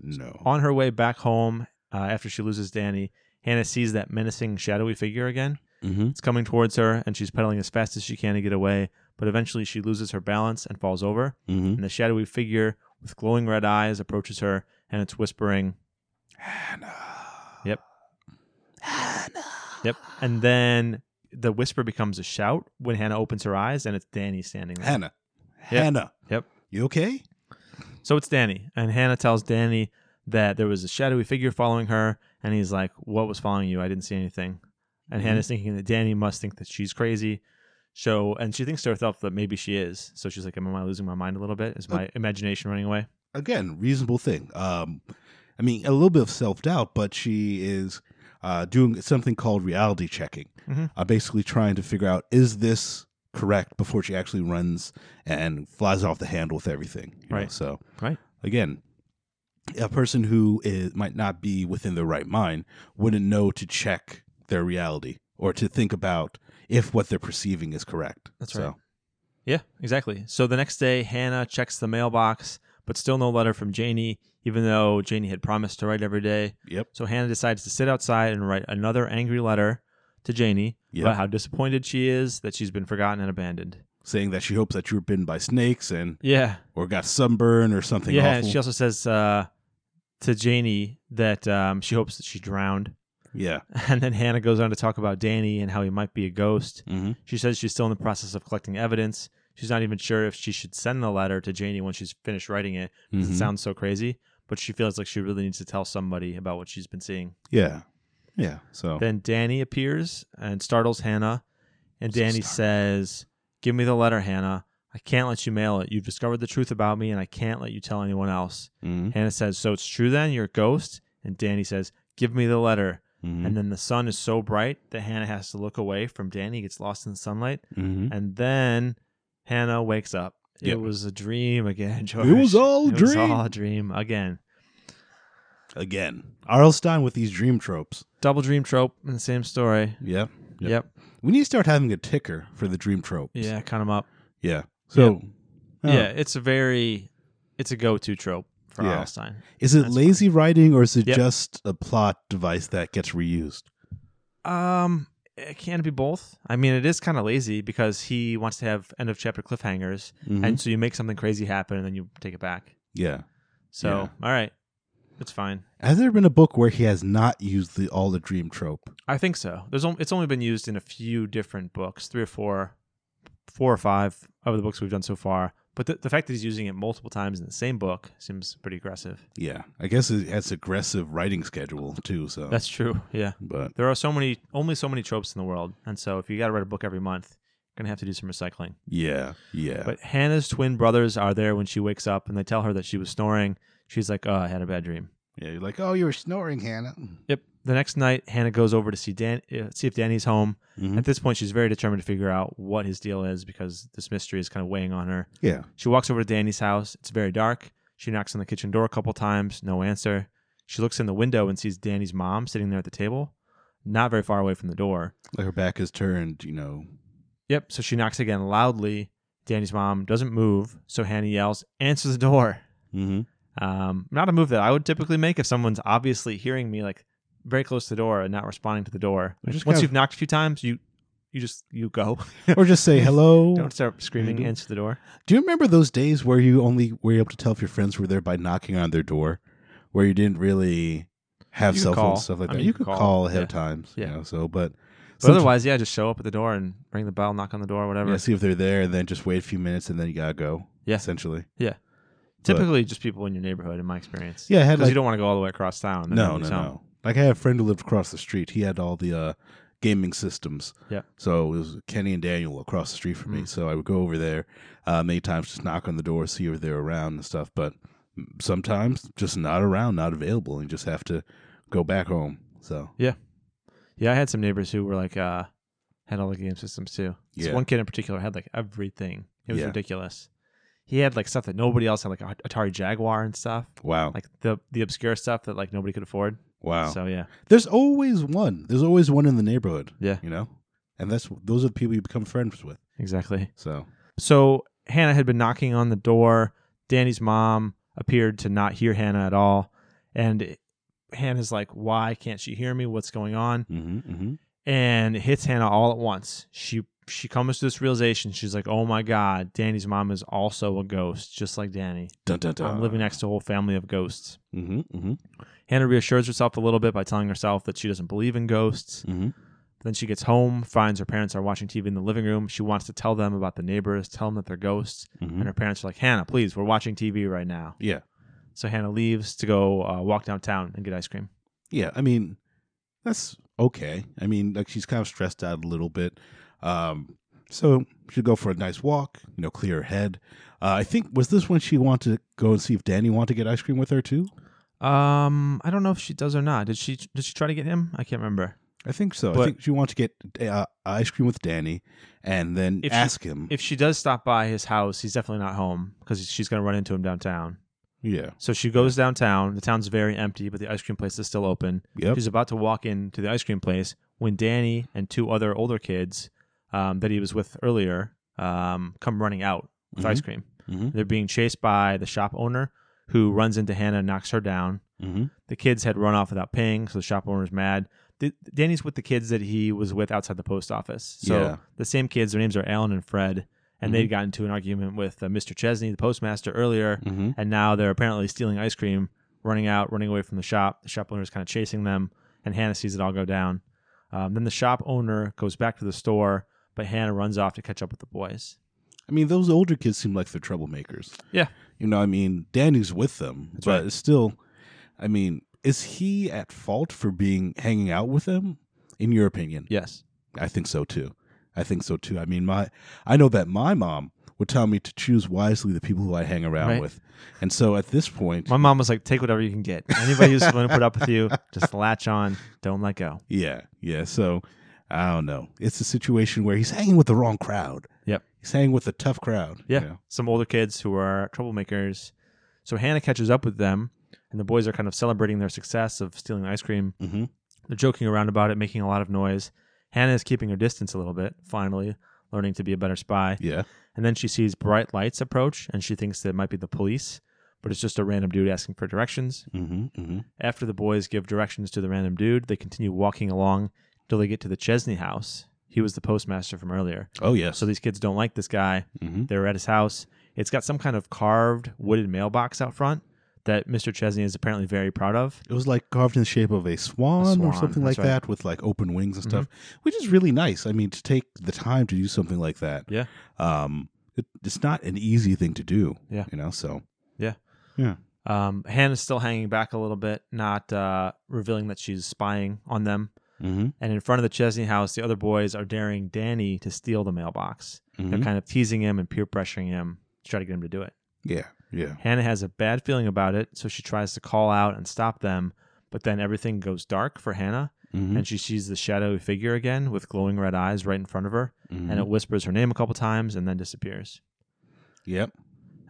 S1: no.
S2: On her way back home, uh, after she loses Danny, Hannah sees that menacing, shadowy figure again.
S1: Mm-hmm.
S2: It's coming towards her, and she's pedaling as fast as she can to get away. But eventually, she loses her balance and falls over.
S1: Mm-hmm.
S2: And the shadowy figure with glowing red eyes approaches her, and it's whispering,
S1: Hannah.
S2: Yep.
S1: Hannah.
S2: Yep. And then the whisper becomes a shout when Hannah opens her eyes, and it's Danny standing there.
S1: Hannah. Hannah.
S2: Yep.
S1: You okay?
S2: So it's Danny. And Hannah tells Danny that there was a shadowy figure following her, and he's like, What was following you? I didn't see anything. And
S1: Mhm.
S2: Hannah's thinking that Danny must think that she's crazy. So, and she thinks to herself that maybe she is. So she's like, Am I losing my mind a little bit? Is my imagination running away?
S1: again, reasonable thing. Um, I mean, a little bit of self doubt, but she is uh, doing something called reality checking.
S2: Mhm.
S1: Uh, basically, trying to figure out is this correct before she actually runs and flies off the handle with everything. you know?
S2: Right.
S1: So,
S2: Right.
S1: Again, a person who is, might not be within their right mind wouldn't know to check their reality or to think about if what they're perceiving is correct.
S2: That's
S1: so,
S2: right. Yeah, exactly. So the next day, Hannah checks the mailbox, but still no letter from Janie, even though Janie had promised to write every day.
S1: Yep.
S2: So Hannah decides to sit outside and write another angry letter to Janie
S1: Yep.
S2: about how disappointed she is that she's been forgotten and abandoned.
S1: Saying that she hopes that you were bitten by snakes and
S2: Yeah.
S1: or got sunburn or something
S2: yeah.
S1: awful.
S2: She also says uh, to Janie that um, she hopes that she drowned. (laughs)
S1: yeah.
S2: And then Hannah goes on to talk about Danny and how he might be a ghost.
S1: Mm-hmm.
S2: She says she's still in the process of collecting evidence. She's not even sure if she should send the letter to Janie when she's finished writing it.
S1: Mm-hmm.
S2: 'cause It sounds so crazy, but she feels like she really needs to tell somebody about what she's been seeing.
S1: yeah. Yeah. So
S2: Then Danny appears and startles Hannah, and
S1: So
S2: Danny
S1: startled.
S2: says, "Give me the letter, Hannah. I can't let you mail it. You've discovered the truth about me, and I can't let you tell anyone else."
S1: Mhm.
S2: Hannah says, "So it's true then? You're a ghost?" And Danny says, "Give me the letter."
S1: Mhm.
S2: And then the sun is so bright that Hannah has to look away from Danny. Gets lost in the sunlight.
S1: Mhm.
S2: And then Hannah wakes up. It
S1: Yep.
S2: was a dream again, (laughs) George.
S1: was all
S2: It was
S1: dream.
S2: all a dream again.
S1: again, R.L. Stein with these dream tropes.
S2: Double dream trope in the same story.
S1: Yeah. Yep.
S2: Yep.
S1: We need to start having a ticker for the dream tropes.
S2: Yeah, count them up.
S1: Yeah. So uh,
S2: Yeah, it's a very, it's a go-to trope for
S1: Yeah.
S2: Alstein.
S1: is it
S2: That's
S1: lazy writing or is it
S2: Yep.
S1: just a plot device that gets reused?
S2: Um, it can be both. I mean, it is kind of lazy because he wants to have end of chapter cliffhangers,
S1: Mhm.
S2: and so you make something crazy happen and then you take it back.
S1: yeah.
S2: So all right, it's fine.
S1: Has there been a book where he has not used the all the dream trope?
S2: I think so. There's only, it's only been used in a few different books, three or four, four or five of the books we've done so far. But the, the fact that he's using it multiple times in the same book seems pretty aggressive.
S1: Yeah, I guess it has aggressive writing schedule too. So,
S2: That's true. Yeah.
S1: but
S2: There are so many, only so many tropes in the world, and so if you got to write a book every month, you're gonna have to do some recycling.
S1: yeah, yeah,
S2: But Hannah's twin brothers are there when she wakes up, and they tell her that she was snoring. She's like, "Oh, I had a bad dream."
S1: yeah. You're like, oh, you were snoring, Hannah.
S2: Yep. The next night, Hannah goes over to see Dan, uh, see if Danny's home.
S1: Mhm.
S2: At this point, she's very determined to figure out what his deal is because this mystery is kind of weighing on her.
S1: Yeah,
S2: She walks over to Danny's house. It's very dark. She knocks on the kitchen door a couple times, no answer. She looks in the window and sees Danny's mom sitting there at the table, not very far away from the door.
S1: like her back is turned. You know,
S2: Yep. So she knocks again loudly. Danny's mom doesn't move. So Hannah yells, answer the door.
S1: mm-hmm.
S2: Um, not a move that I would typically make if someone's obviously hearing me like very close to the door and not responding to the door.
S1: Or just kind
S2: Once
S1: of-
S2: you've knocked a few times, you you just you go.
S1: or just
S2: (laughs)
S1: say hello.
S2: Don't start screaming,
S1: Maybe.
S2: answer the door.
S1: Do you remember those days where you only were able to tell if your friends were there by knocking on their door, where you didn't really have
S2: You could
S1: cell
S2: call.
S1: phones stuff like
S2: I
S1: that?
S2: mean,
S1: you
S2: you could
S1: could
S2: call.
S1: call ahead
S2: Yeah.
S1: of times.
S2: Yeah.
S1: You know, so, but,
S2: But otherwise, yeah, just show up at the door and ring the bell, knock on the door, whatever.
S1: yeah, see if they're there, and then just wait a few minutes, and then you gotta go.
S2: Yeah.
S1: essentially.
S2: Typically, just people in your neighborhood, in my experience.
S1: Yeah, I had like
S2: Because you don't want to go all the way across town. and
S1: no, no,
S2: nobody's home.
S1: no. um, Like I had a friend who lived across the street. He had all the uh, gaming systems.
S2: Yeah.
S1: So it was Kenny and Daniel across the street from me.
S2: Mm.
S1: So I would go over there uh, many times, just knock on the door, see if they're around and stuff. But sometimes just not around, not available, and you just have to go back home. So
S2: Yeah, I had some neighbors who were like, uh, had all the game systems too. This
S1: Yeah.
S2: one kid in particular had like everything. It was
S1: Yeah.
S2: ridiculous. He had like stuff that nobody else had, like a- Atari Jaguar and stuff,
S1: wow,
S2: like the the obscure stuff that like nobody could afford.
S1: wow.
S2: So yeah,
S1: There's always one. There's always one in the neighborhood.
S2: Yeah.
S1: you know, and that's those are the people you become friends with.
S2: exactly.
S1: So
S2: So Hannah had been knocking on the door. Danny's mom appeared to not hear Hannah at all, and it- Hannah's like, "Why can't she hear me? What's going on?"
S1: mm-hmm, mm-hmm.
S2: and it hits Hannah all at once. She she comes to this realization. She's like, "Oh my god, Danny's mom is also a ghost, just like Danny.
S1: dun dun dun.
S2: I'm living next to a whole family of ghosts."
S1: Mm-hmm, mm-hmm,
S2: Hannah reassures herself a little bit by telling herself that she doesn't believe in ghosts.
S1: mm-hmm.
S2: Then she gets home, finds her parents are watching TV in the living room. She wants to tell them about the neighbors, tell them that they're ghosts,
S1: mm-hmm.
S2: and her parents are like, "Hannah, please, we're watching TV right now."
S1: Yeah.
S2: So Hannah leaves to go uh, walk downtown and get ice cream.
S1: yeah i mean that's okay i mean like she's kind of stressed out a little bit um so she'd go for a nice walk you know clear her head uh, i think was this when she wanted to go and see if danny wanted to get ice cream with her too
S2: Um, I don't know if she does or not. Did she did she try to get him? I can't remember.
S1: i think so i
S2: But-
S1: think she wanted to get uh, ice cream with danny and then
S2: If she-
S1: ask him
S2: if she does stop by his house, he's definitely not home because she's going to run into him downtown.
S1: yeah
S2: So she goes downtown. The town's very empty, but the ice cream place is still open.
S1: yep
S2: She's about to walk into the ice cream place when Danny and two other older kids um, that he was with earlier um, come running out with ice cream.
S1: Mhm.
S2: They're being chased by the shop owner who runs into Hannah and knocks her down.
S1: mm-hmm.
S2: The kids had run off without paying, so the shop owner's mad. D- Danny's with the kids that he was with outside the post office. So
S1: Yeah.
S2: the same kids, their names are Alan and Fred, and they'd gotten into an argument with uh, Mr. Chesney, the postmaster, earlier,
S1: Mm-hmm.
S2: and now they're apparently stealing ice cream, running out, running away from the shop. The shop owner's kind of chasing them, and Hannah sees it all go down. Um, then the shop owner goes back to the store, but Hannah runs off to catch up with the boys.
S1: i mean those older kids seem like they're troublemakers
S2: Yeah.
S1: you know i mean danny's with them but
S2: right.
S1: it's still i mean is he at fault for being hanging out with them in your opinion
S2: Yes.
S1: I think so too. I think so too. I mean, my I know that my mom would tell me to choose wisely the people who I hang around
S2: Right.
S1: with, and so at this point,
S2: My mom was like, take whatever you can get. Anybody who's willing to put up with you, just latch on. Don't let go.
S1: yeah, yeah. So I don't know. It's a situation where he's hanging with the wrong crowd.
S2: Yep.
S1: he's hanging with a tough crowd. you
S2: Yeah.
S1: know?
S2: Some older kids who are troublemakers. So Hannah catches up with them, and the boys are kind of celebrating their success of stealing ice cream.
S1: Mhm.
S2: They're joking around about it, making a lot of noise. Hannah is keeping her distance a little bit, finally, learning to be a better spy.
S1: yeah,
S2: And then she sees bright lights approach, and she thinks that it might be the police, but it's just a random dude asking for directions.
S1: mm-hmm, mm-hmm.
S2: After the boys give directions to the random dude, they continue walking along. till they get to the Chesney house. He was the postmaster from earlier.
S1: Oh yes.
S2: So these kids don't like this guy.
S1: hmm
S2: They're at his house. It's got some kind of carved wooden mailbox out front that Mr. Chesney is apparently very proud of.
S1: It was like carved in the shape of a swan, or
S2: swan,
S1: something like
S2: that's right. Mm-hmm.
S1: that, with like open wings and stuff, which is really nice. I mean, to take the time to do something like that,
S2: Yeah.
S1: um, it, it's not an easy thing to do.
S2: Yeah.
S1: you know. So
S2: Um, Hannah's still hanging back a little bit, not uh, revealing that she's spying on them.
S1: mm-hmm.
S2: And in front of the Chesney house, the other boys are daring Danny to steal the mailbox.
S1: Mm-hmm.
S2: They're kind of teasing him and peer pressuring him to try to get him to do it.
S1: yeah, yeah.
S2: Hannah has a bad feeling about it, so she tries to call out and stop them, but then everything goes dark for Hannah,
S1: Mm-hmm.
S2: and she sees the shadowy figure again with glowing red eyes right in front of her,
S1: Mm-hmm.
S2: and it whispers her name a couple times and then disappears.
S1: yep.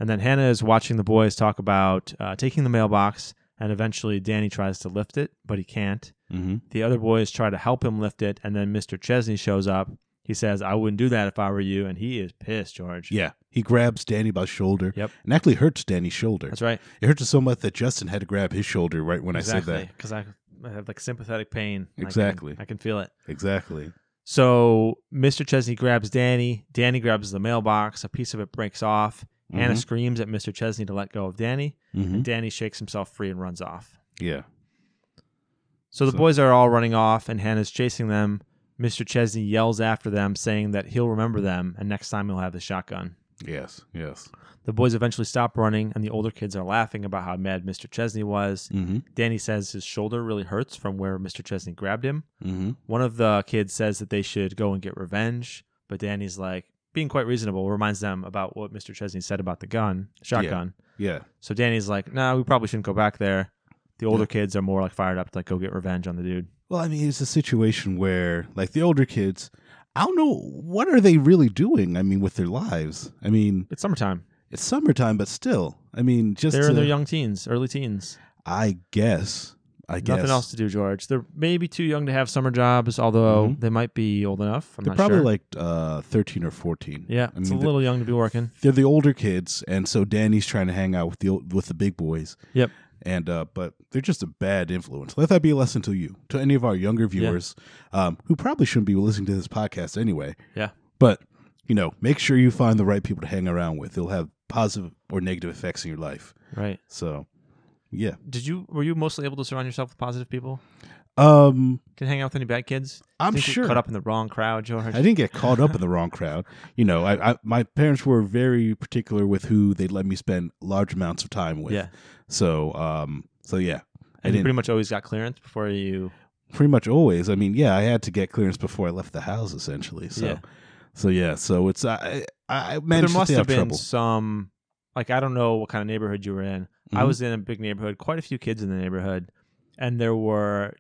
S2: And then Hannah is watching the boys talk about uh, taking the mailbox, and eventually Danny tries to lift it, but he can't.
S1: Mm-hmm.
S2: The other boys try to help him lift it, and then Mr. Chesney shows up. He says, I wouldn't do that if I were you, and he is pissed, George.
S1: Yeah, he grabs Danny by the shoulder.
S2: Yep.
S1: and actually hurts Danny's shoulder.
S2: That's right.
S1: It hurts it so much that Justin had to grab his shoulder right when I said
S2: Because I, I have like sympathetic pain. I can-
S1: Exactly.
S2: I can feel it.
S1: that. Exactly.
S2: So Mr. Chesney grabs Danny. Danny grabs the mailbox. A piece of it breaks off.
S1: Mm-hmm.
S2: Hannah screams at Mr. Chesney to let go of Danny.
S1: Mhm.
S2: And Danny shakes himself free and runs off.
S1: Yeah.
S2: So the
S1: So-
S2: boys are all running off, and Hannah's chasing them. Mr. Chesney yells after them, saying that he'll remember them, and next time he'll have the shotgun.
S1: Yes. Yes.
S2: The boys eventually stop running, and the older kids are laughing about how mad Mr. Chesney was.
S1: Mm-hmm.
S2: Danny says his shoulder really hurts from where Mr. Chesney grabbed him.
S1: Mm-hmm.
S2: One of the kids says that they should go and get revenge, but Danny's like, being quite reasonable, reminds them about what Mr. Chesney said about the gun, shotgun.
S1: Yeah.
S2: So Danny's like, nah, we probably shouldn't go back there. The older kids are more like fired up to like go get revenge on the dude.
S1: Well, I mean, it's a situation where, like, the older kids, I don't know what are they really doing. I mean, with their lives. I mean,
S2: It's summertime.
S1: it's summertime, but still, I mean, just
S2: They're in
S1: to-
S2: their young teens, early teens.
S1: I guess. I guess
S2: Nothing else to do, George. They're maybe too young to have summer jobs, although they might be old enough. I'm
S1: Mm-hmm. They're
S2: not
S1: probably
S2: sure.
S1: like uh, thirteen or fourteen.
S2: yeah,
S1: I
S2: it's
S1: mean,
S2: a little young to be working.
S1: they're the older kids, and so Danny's trying to hang out with the old, with the big boys.
S2: Yep.
S1: And uh, but they're just a bad influence. Let that be a lesson to you, to any of our younger viewers, um, who probably shouldn't be listening to this podcast anyway.
S2: Yeah.
S1: But you know, make sure you find the right people to hang around with. They'll have positive or negative effects in your life.
S2: Right.
S1: So, yeah.
S2: Did you were you mostly able to surround yourself with positive people?
S1: Um,
S2: Can hang out with any bad kids?
S1: I'm
S2: Think you
S1: sure.
S2: Caught up in the wrong crowd, George.
S1: I didn't get caught up in the wrong crowd. You know, I, I my parents were very particular with who they'd let me spend large amounts of time with.
S2: Yeah,
S1: So, um, so yeah, I
S2: and you
S1: didn't
S2: pretty much always got clearance before you.
S1: pretty much always. I mean, yeah, I had to get clearance before I left the house, essentially. So,
S2: Yeah.
S1: so yeah, so it's I I I
S2: But
S1: managed
S2: there must
S1: to stay out
S2: have
S1: of
S2: been
S1: trouble.
S2: some, like I don't know what kind of neighborhood you were in. I
S1: Mhm.
S2: was in a big neighborhood, quite a few kids in the neighborhood, and there were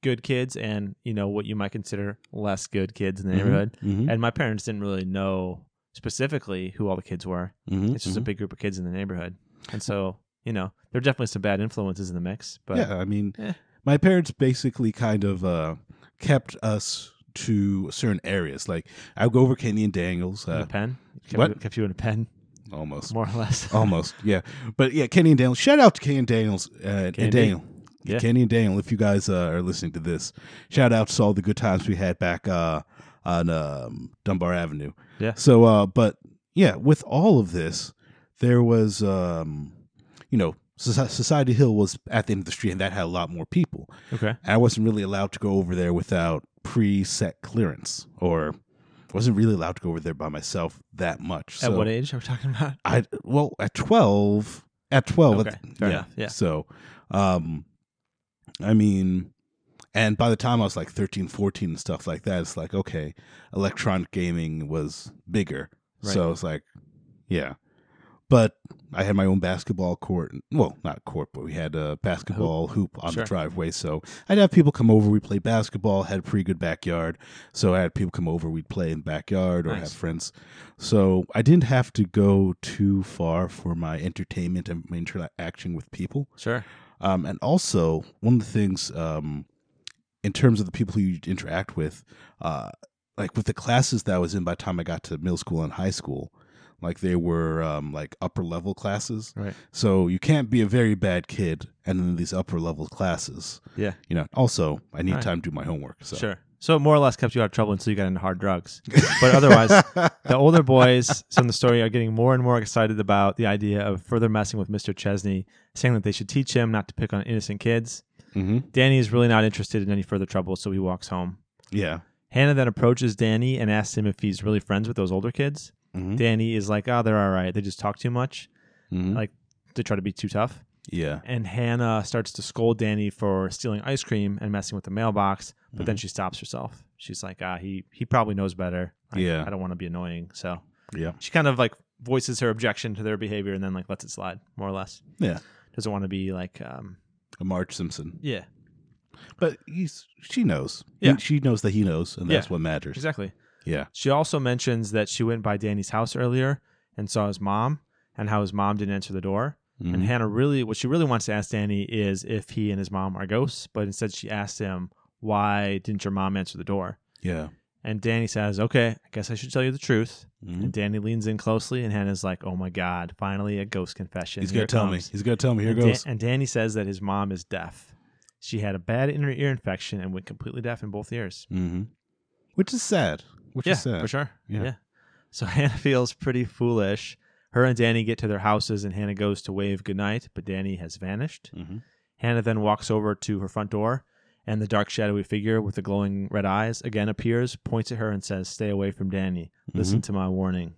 S2: good kids and you know what you might consider less good kids in the neighborhood.
S1: Mhm,
S2: And my parents didn't really know specifically who all the kids were.
S1: mhm,
S2: It's just a
S1: mhm.
S2: big group of kids in the neighborhood, and so you know there are definitely some bad influences in the mix. But
S1: yeah. I mean,
S2: Eh.
S1: my parents basically kind of uh, kept us to certain areas. Like I would go over Kenny and Daniels,
S2: in a
S1: uh,
S2: pen kept,
S1: what? Um,
S2: You, kept you in a pen (laughs)
S1: almost,
S2: more or less.
S1: almost, yeah. But yeah, Kenny and Daniels. Shout out to Kenny and Daniels uh,
S2: Candy.
S1: and Daniel.
S2: Yeah.
S1: Kenny and Daniel, if you guys uh, are listening to this, shout out to all the good times we had back uh, on um, Dunbar Avenue.
S2: Yeah.
S1: So, uh, but yeah, with all of this, there was, um, you know, Soci- Society Hill was at the end of the street, and that had a lot more people.
S2: (laughs) Okay.
S1: I wasn't really allowed to go over there without preset clearance, or wasn't really allowed to go over there by myself that much.
S2: At
S1: So
S2: what age are we talking about?
S1: I well at twelve. At twelve,
S2: Okay,
S1: at-
S2: fair
S1: yeah,
S2: enough, yeah.
S1: So, um, I mean, and by the time I was like 13, 14 and stuff like that, it's like okay, electronic gaming was bigger.
S2: Right.
S1: So it's like, yeah, but I had my own basketball court. Well, not court, but we had a basketball hoop, on
S2: Sure.
S1: the driveway. So I'd have people come over. We played basketball. Had a pretty good backyard. So I had people come over. We'd play in the backyard or
S2: Nice.
S1: have friends. So I didn't have to go too far for my entertainment and my interaction with people.
S2: Sure.
S1: Um, and also, one of the things um, in terms of the people who you interact with, uh, like with the classes that I was in by the time I got to middle school and high school, like they were um, like upper level classes.
S2: Right.
S1: So you can't be a very bad kid and then these upper level classes.
S2: Yeah.
S1: You know, also, I need
S2: Right.
S1: time to do my homework. So,
S2: Sure. So it more or less kept you out of trouble until you got into hard drugs. But otherwise, the older boys from the story are getting more and more excited about the idea of further messing with Mr. Chesney, saying that they should teach him not to pick on innocent kids.
S1: hmm
S2: Danny is really not interested in any further trouble, so he walks home.
S1: Yeah.
S2: Hannah then approaches Danny and asks him if he's really friends with those older kids.
S1: Mhm.
S2: Danny is like, oh, they're all right. They just talk too much.
S1: Mhm.
S2: Like, they try to be too tough.
S1: Yeah.
S2: And Hannah starts to scold Danny for stealing ice cream and messing with the mailbox, but
S1: Mm-hmm.
S2: then she stops herself. She's like, ah, he, he probably knows better. Like,
S1: Yeah.
S2: I don't want to be annoying. So
S1: Yeah.
S2: she kind of like voices her objection to their behavior and then like lets it slide, more or less.
S1: Yeah.
S2: Doesn't want to be like, um,
S1: A Marge Simpson.
S2: yeah,
S1: But he's she knows.
S2: Yeah.
S1: He- she knows that he knows, and that's
S2: Yeah.
S1: what matters.
S2: exactly.
S1: Yeah.
S2: She also mentions that she went by Danny's house earlier and saw his mom and how his mom didn't answer the door. And
S1: Mhm.
S2: Hannah really, what she really wants to ask Danny is if he and his mom are ghosts, but instead she asks him, why didn't your mom answer the door?
S1: Yeah.
S2: And Danny says, okay, I guess I should tell you the truth.
S1: Mhm.
S2: Mm-hmm. And Danny leans in closely, and Hannah's like, oh my God, finally a ghost confession.
S1: He's
S2: Here
S1: gonna
S2: it
S1: tell me.
S2: comes."
S1: He's gonna tell me. Here
S2: and,
S1: goes.
S2: Dan- and Danny says that his mom is deaf. She had a bad inner ear infection and went completely deaf in both ears.
S1: hmm Which is sad. Which
S2: yeah,
S1: is sad.
S2: for sure.
S1: Yeah.
S2: Yeah. So (laughs) Hannah feels pretty foolish. Her and Danny get to their houses, and Hannah goes to wave goodnight, but Danny has vanished.
S1: Mhm.
S2: Hannah then walks over to her front door, and the dark, shadowy figure with the glowing red eyes again appears, points at her, and says, Stay away from Danny. Listen
S1: Mm-hmm.
S2: to my warning.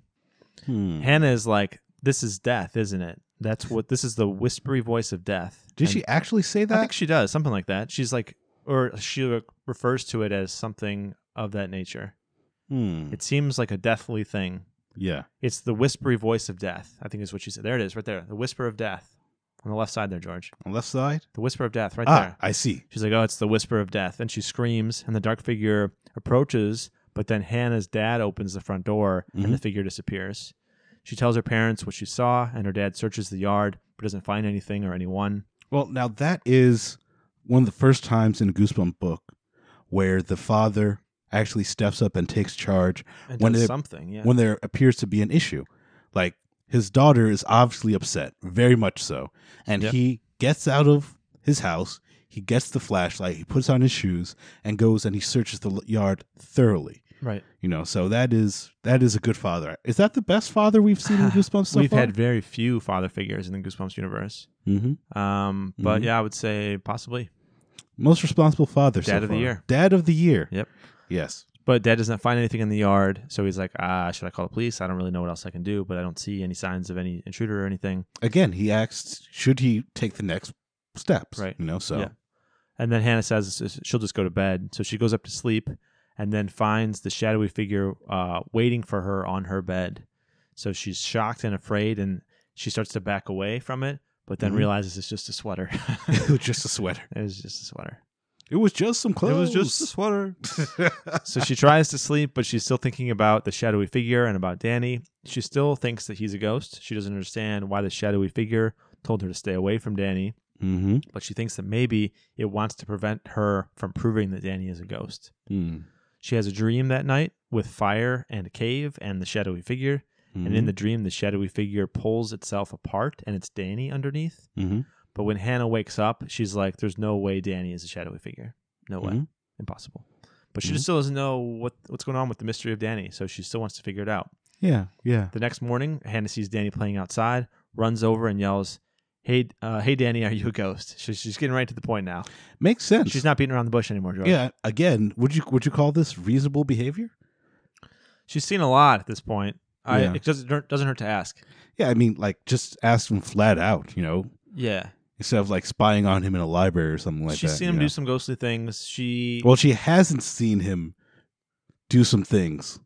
S1: Hmm.
S2: Hannah is like, This is death, isn't it? That's what this is the whispery voice of death.
S1: Did
S2: And
S1: she actually say
S2: I
S1: that?
S2: think she does, something like that. She's like, or she refers to it as something of that nature.
S1: Hmm.
S2: It seems like a deathly thing.
S1: Yeah.
S2: It's the whispery voice of death. I think is what she said. There it is, right there. The whisper of death on the left side there, George.
S1: On the left side.
S2: The whisper of death, right
S1: ah,
S2: there.
S1: I see.
S2: She's like, "Oh, it's the whisper of death," and she screams, and the dark figure approaches. But then Hannah's dad opens the front door,
S1: Mhm.
S2: and the figure disappears. She tells her parents what she saw, and her dad searches the yard but doesn't find anything or anyone.
S1: Well, now that is one of the first times in a Goosebump book where the father actually steps up and takes charge
S2: And
S1: When
S2: does
S1: it-
S2: something, yeah.
S1: when there appears to be an issue. Like his daughter is obviously upset, very much so. And
S2: Yeah.
S1: he gets out of his house, he gets the flashlight, he puts on his shoes, and goes and he searches the l- yard thoroughly.
S2: right.
S1: You know, so that is that is a good father. Is that the best father we've
S2: (laughs)
S1: seen in Goosebumps so
S2: We've
S1: far?
S2: had very few father figures in the Goosebumps universe,
S1: mm-hmm.
S2: um, but yeah, I would say possibly.
S1: most responsible father. so
S2: Dad of the
S1: far.
S2: year.
S1: Dad of the year.
S2: Yep.
S1: Yes.
S2: But dad doesn't find anything in the yard, so he's like, "Ah, should I call the police? I don't really know what else I can do, but I don't see any signs of any intruder or anything."
S1: Again, he asks, should he take the next steps?
S2: Right.
S1: You know, so
S2: Yeah. And then Hannah says s- she'll just go to bed, so she goes up to sleep, and then finds the shadowy figure uh, waiting for her on her bed. So she's shocked and afraid, and she starts to back away from it, but then
S1: Mhm.
S2: realizes it's just a sweater.
S1: (laughs)
S2: (laughs)
S1: it was just a sweater.
S2: it was just a sweater.
S1: It was just some clothes.
S2: It was just a sweater. (laughs)
S1: (laughs)
S2: so she tries to sleep, but she's still thinking about the shadowy figure and about Danny. She still thinks that he's a ghost. She doesn't understand why the shadowy figure told her to stay away from Danny,
S1: mm-hmm.
S2: but she thinks that maybe it wants to prevent her from proving that Danny is a ghost. She has a dream that night with fire and a cave and the shadowy figure.
S1: Mm-hmm.
S2: And in the dream, the shadowy figure pulls itself apart and it's Danny underneath.
S1: Mhm.
S2: But when Hannah wakes up, she's like, there's no way Danny is a shadowy figure. No way.
S1: Mhm.
S2: Impossible. But she
S1: Mm-hmm.
S2: just still doesn't know what, what's going on with the mystery of Danny. So she still wants to figure it out.
S1: yeah, yeah.
S2: The next morning, Hannah sees Danny playing outside, runs over and yells, Hey, uh, hey, Danny, are you a ghost? She, she's getting right to the
S1: (laughs)
S2: point now.
S1: Makes sense.
S2: She's not beating around the bush anymore, George.
S1: yeah. Again, would you would you call this reasonable behavior?
S2: She's seen a lot at this point. I,
S1: Yeah.
S2: It doesn't, doesn't hurt to ask.
S1: Yeah, I mean, like just ask him flat out, you know,
S2: Yeah.
S1: instead of like spying on him in a library or something like
S2: she's
S1: that.
S2: seen
S1: you
S2: him
S1: know?
S2: do some ghostly things. She
S1: Well, she hasn't seen him do some things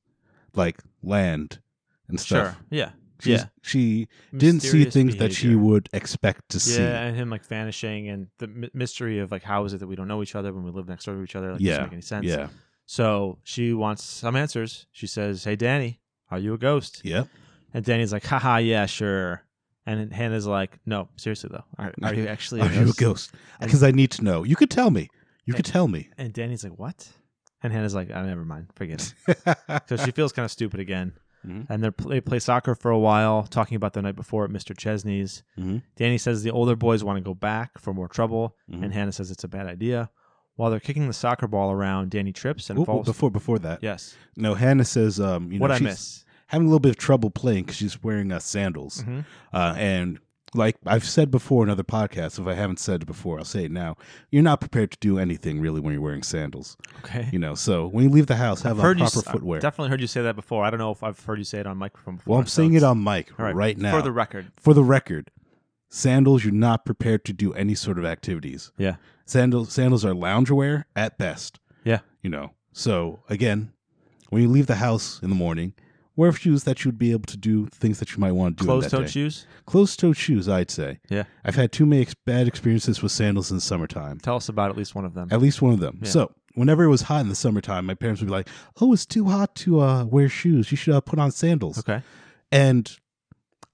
S1: like land and stuff.
S2: Sure. Yeah.
S1: She's,
S2: yeah.
S1: She didn't see
S2: Mysterious
S1: things that she
S2: behavior.
S1: would expect to see.
S2: Yeah, and him like vanishing and the my- mystery of like how is it that we don't know each other when we live next door to each other? Like,
S1: Yeah.
S2: Doesn't make any sense.
S1: Yeah.
S2: So she wants some answers. She says, "Hey, Danny, are you a ghost?"
S1: Yeah.
S2: And Danny's like, "Haha, yeah, sure." And then Hannah's like, "No, seriously though, are,
S1: (laughs)
S2: are you actually a
S1: Are
S2: ghost?"
S1: you a ghost? Because I need to know. You could tell me. You could tell me. (laughs)
S2: And Danny's like, "What?" And Hannah's like, "Oh, never mind, forget it." So she feels kind of stupid again.
S1: Mhm.
S2: And they're, pl- they play soccer for a while, talking about the night before at Mr. Chesney's.
S1: Mhm.
S2: Danny says the older boys want to go back for more trouble,
S1: Mhm.
S2: and Hannah says it's a bad idea. while they're kicking the soccer ball around, Danny trips and
S1: Ooh, ooh,
S2: falls.
S1: before before that,
S2: yes.
S1: no. Hannah says, um, you know,
S2: what I
S1: she's
S2: miss?
S1: having a little bit of trouble playing because she's wearing uh, sandals.
S2: Mhm.
S1: Uh, and like I've said before in other podcasts, if I haven't said it before, I'll say it now. You're not prepared to do anything really when you're wearing sandals.
S2: Okay.
S1: You know, so when you leave the house, have
S2: I've
S1: a
S2: heard
S1: proper
S2: you s- I've
S1: footwear.
S2: definitely heard you say that before. I don't know if I've heard you say it on microphone before.
S1: well, I'm
S2: so
S1: saying it
S2: it's-
S1: on mic
S2: all
S1: right, now.
S2: For the record.
S1: for the record, sandals, you're not prepared to do any sort of activities.
S2: Yeah.
S1: Sandals sandals are loungewear at best.
S2: Yeah.
S1: You know. So again, when you leave the house in the morning, wear shoes that you'd be able to do things that you might want to do. in
S2: Closed
S1: that
S2: toed
S1: day.
S2: shoes?
S1: Closed toed shoes, I'd say.
S2: Yeah.
S1: I've had too many ex- bad experiences with sandals in the summertime.
S2: Tell us about at least one of them.
S1: At least one of them.
S2: Yeah.
S1: So whenever it was hot in the summertime, my parents would be like, "Oh, it's too hot to uh, wear shoes. You should uh, put on sandals."
S2: Okay.
S1: And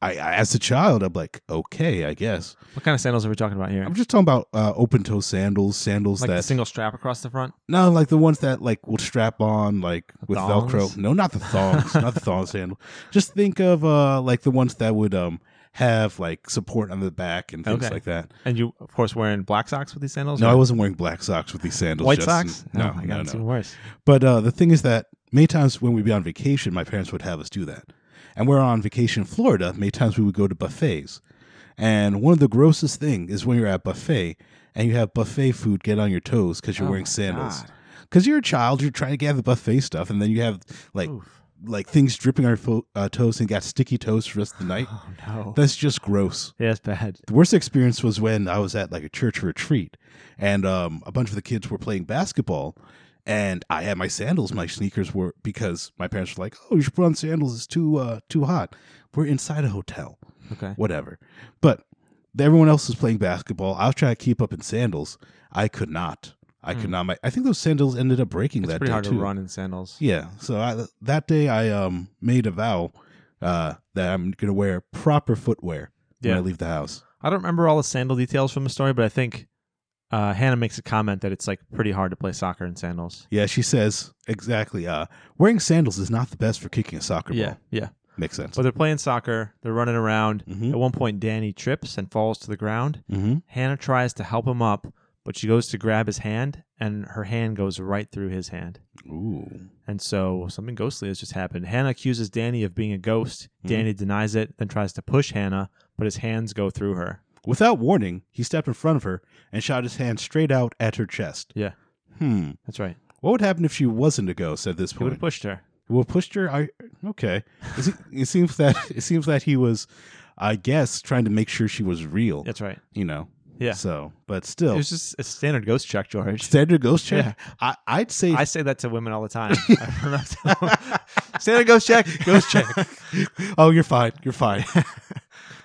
S1: I, I, as a child, I'm like, "Okay, I guess."
S2: What kind of sandals are we talking about here?
S1: I'm just talking about uh, open toe sandals, sandals
S2: like
S1: that
S2: the single strap across the front?
S1: no, like the ones that like will strap on like with
S2: Thongs?
S1: Velcro. No, not the thongs, not the thong sandal. Just think of uh like the ones that would um have like support on the back and things
S2: Okay.
S1: like that.
S2: And you, of course, wearing black socks with these sandals?
S1: No,
S2: or
S1: I wasn't wearing black socks with these sandals.
S2: White
S1: Justin.
S2: socks?
S1: No,
S2: oh my God,
S1: no,
S2: it's
S1: no.
S2: even worse.
S1: But uh, the thing is that many times when we'd be on vacation, my parents would have us do that. And we're on vacation in Florida, many times we would go to buffets. And one of the grossest thing is when you're at buffet and you have buffet food get on your toes because you're
S2: Oh
S1: wearing
S2: my
S1: sandals.
S2: God.
S1: Because you're a child, you're trying to get the buffet stuff, and then you have like
S2: Oof.
S1: like things dripping on your fo- uh, toes and got sticky toes for the rest of the
S2: (sighs)
S1: night.
S2: Oh, no.
S1: That's just gross.
S2: (laughs) yeah, it's bad.
S1: The worst experience was when I was at like a church retreat, and um, a bunch of the kids were playing basketball, and I had my sandals, my sneakers were because my parents were like, "Oh, you should put on sandals. It's too uh, too hot." We're inside a hotel,
S2: Okay.
S1: whatever. But everyone else was playing basketball. I was trying to keep up in sandals. I could not. I could not. My, I think those sandals ended up breaking
S2: Hmm. It's
S1: that
S2: pretty
S1: day
S2: hard
S1: too.
S2: to run in sandals.
S1: Yeah. So I, that day, I um made a vow uh, that I'm gonna wear proper footwear
S2: Yeah.
S1: when I leave the house.
S2: I don't remember all the sandal details from the story, but I think uh, Hannah makes a comment that it's like pretty hard to play soccer in sandals.
S1: Yeah, she says exactly. Uh, wearing sandals is not the best for kicking a soccer
S2: Yeah,
S1: ball.
S2: yeah.
S1: Makes sense.
S2: But they're playing soccer. They're running around.
S1: Mhm.
S2: At one point, Danny trips and falls to the ground.
S1: mm-hmm.
S2: Hannah tries to help him up, but she goes to grab his hand, and her hand goes right through his hand.
S1: Ooh.
S2: And so something ghostly has just happened. Hannah accuses Danny of being a ghost.
S1: Mhm.
S2: Danny denies it, then tries to push Hannah, but his hands go through her.
S1: Without warning, he stepped in front of her and shot his hand straight out at her chest.
S2: Yeah.
S1: Hmm.
S2: That's right.
S1: What would happen if she wasn't a ghost at this
S2: He would have
S1: point?
S2: pushed her.
S1: Well, pushed her. I okay. It, se- it seems that (laughs) it seems that he was, I guess, trying to make sure she was real.
S2: That's right.
S1: You know.
S2: Yeah.
S1: So, but
S2: It
S1: still,
S2: was just a standard ghost check, George.
S1: Standard ghost check. I, I'd say
S2: I say that to women all the time. (laughs) I don't know (laughs) if- Standard ghost check, ghost check. (laughs)
S1: (laughs) oh, you're fine. You're fine. (laughs)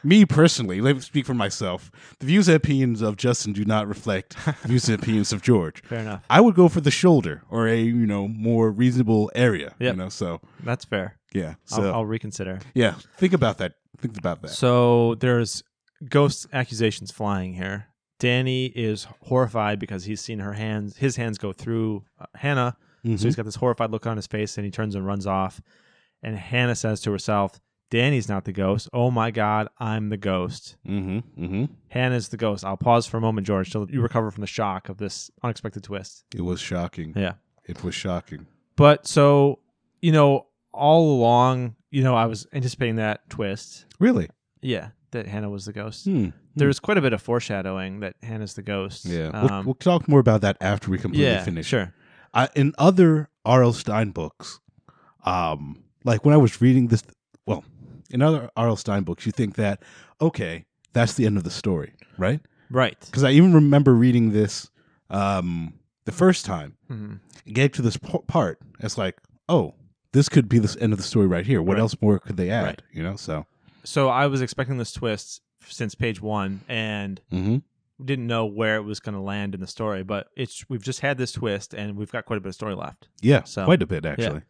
S1: Me personally, let me speak for myself. The views and opinions of Justin do not
S2: (laughs)
S1: reflect the views and opinions of George.
S2: Fair enough.
S1: I would go for the shoulder or a you know more reasonable area.
S2: Yep.
S1: You know, so
S2: That's fair.
S1: yeah, so
S2: I'll, I'll reconsider.
S1: yeah. Think about that. Think about that.
S2: So there's ghost accusations flying here. Danny is horrified because he's seen her hands, his hands go through uh, Hannah.
S1: Mhm.
S2: So he's got this horrified look on his face, and he turns and runs off. And Hannah says to herself, "Danny's not the ghost. Oh my God, I'm the ghost."
S1: Mm-hmm. Mm-hmm.
S2: Hannah's the ghost. I'll pause for a moment, George, till you recover from the shock of this unexpected twist.
S1: It was shocking.
S2: Yeah.
S1: It was shocking.
S2: But so, you know, all along, you know, I was anticipating that twist.
S1: Really?
S2: Yeah, that Hannah was the ghost.
S1: Hmm.
S2: There was quite a bit of foreshadowing that Hannah's the ghost.
S1: Yeah. we'll,
S2: Um,
S1: we'll talk more about that after we completely
S2: yeah,
S1: finish.
S2: sure.
S1: I, in other R.L. Stein books, um, like when I was reading this, well, in other R.L. Stein books, you think that okay, that's the end of the story, right?
S2: Right.
S1: Because I even remember reading this um, the first time,
S2: Mhm.
S1: getting to this po- part, it's like, oh, this could be the end of the story right here. What
S2: Right.
S1: else more could they add?
S2: Right.
S1: You know, so
S2: So I was expecting this twist since page one and
S1: mm-hmm.
S2: didn't know where it was going to land in the story, but it's we've just had this twist and we've got quite a bit of story left.
S1: yeah,
S2: So-
S1: quite a bit actually.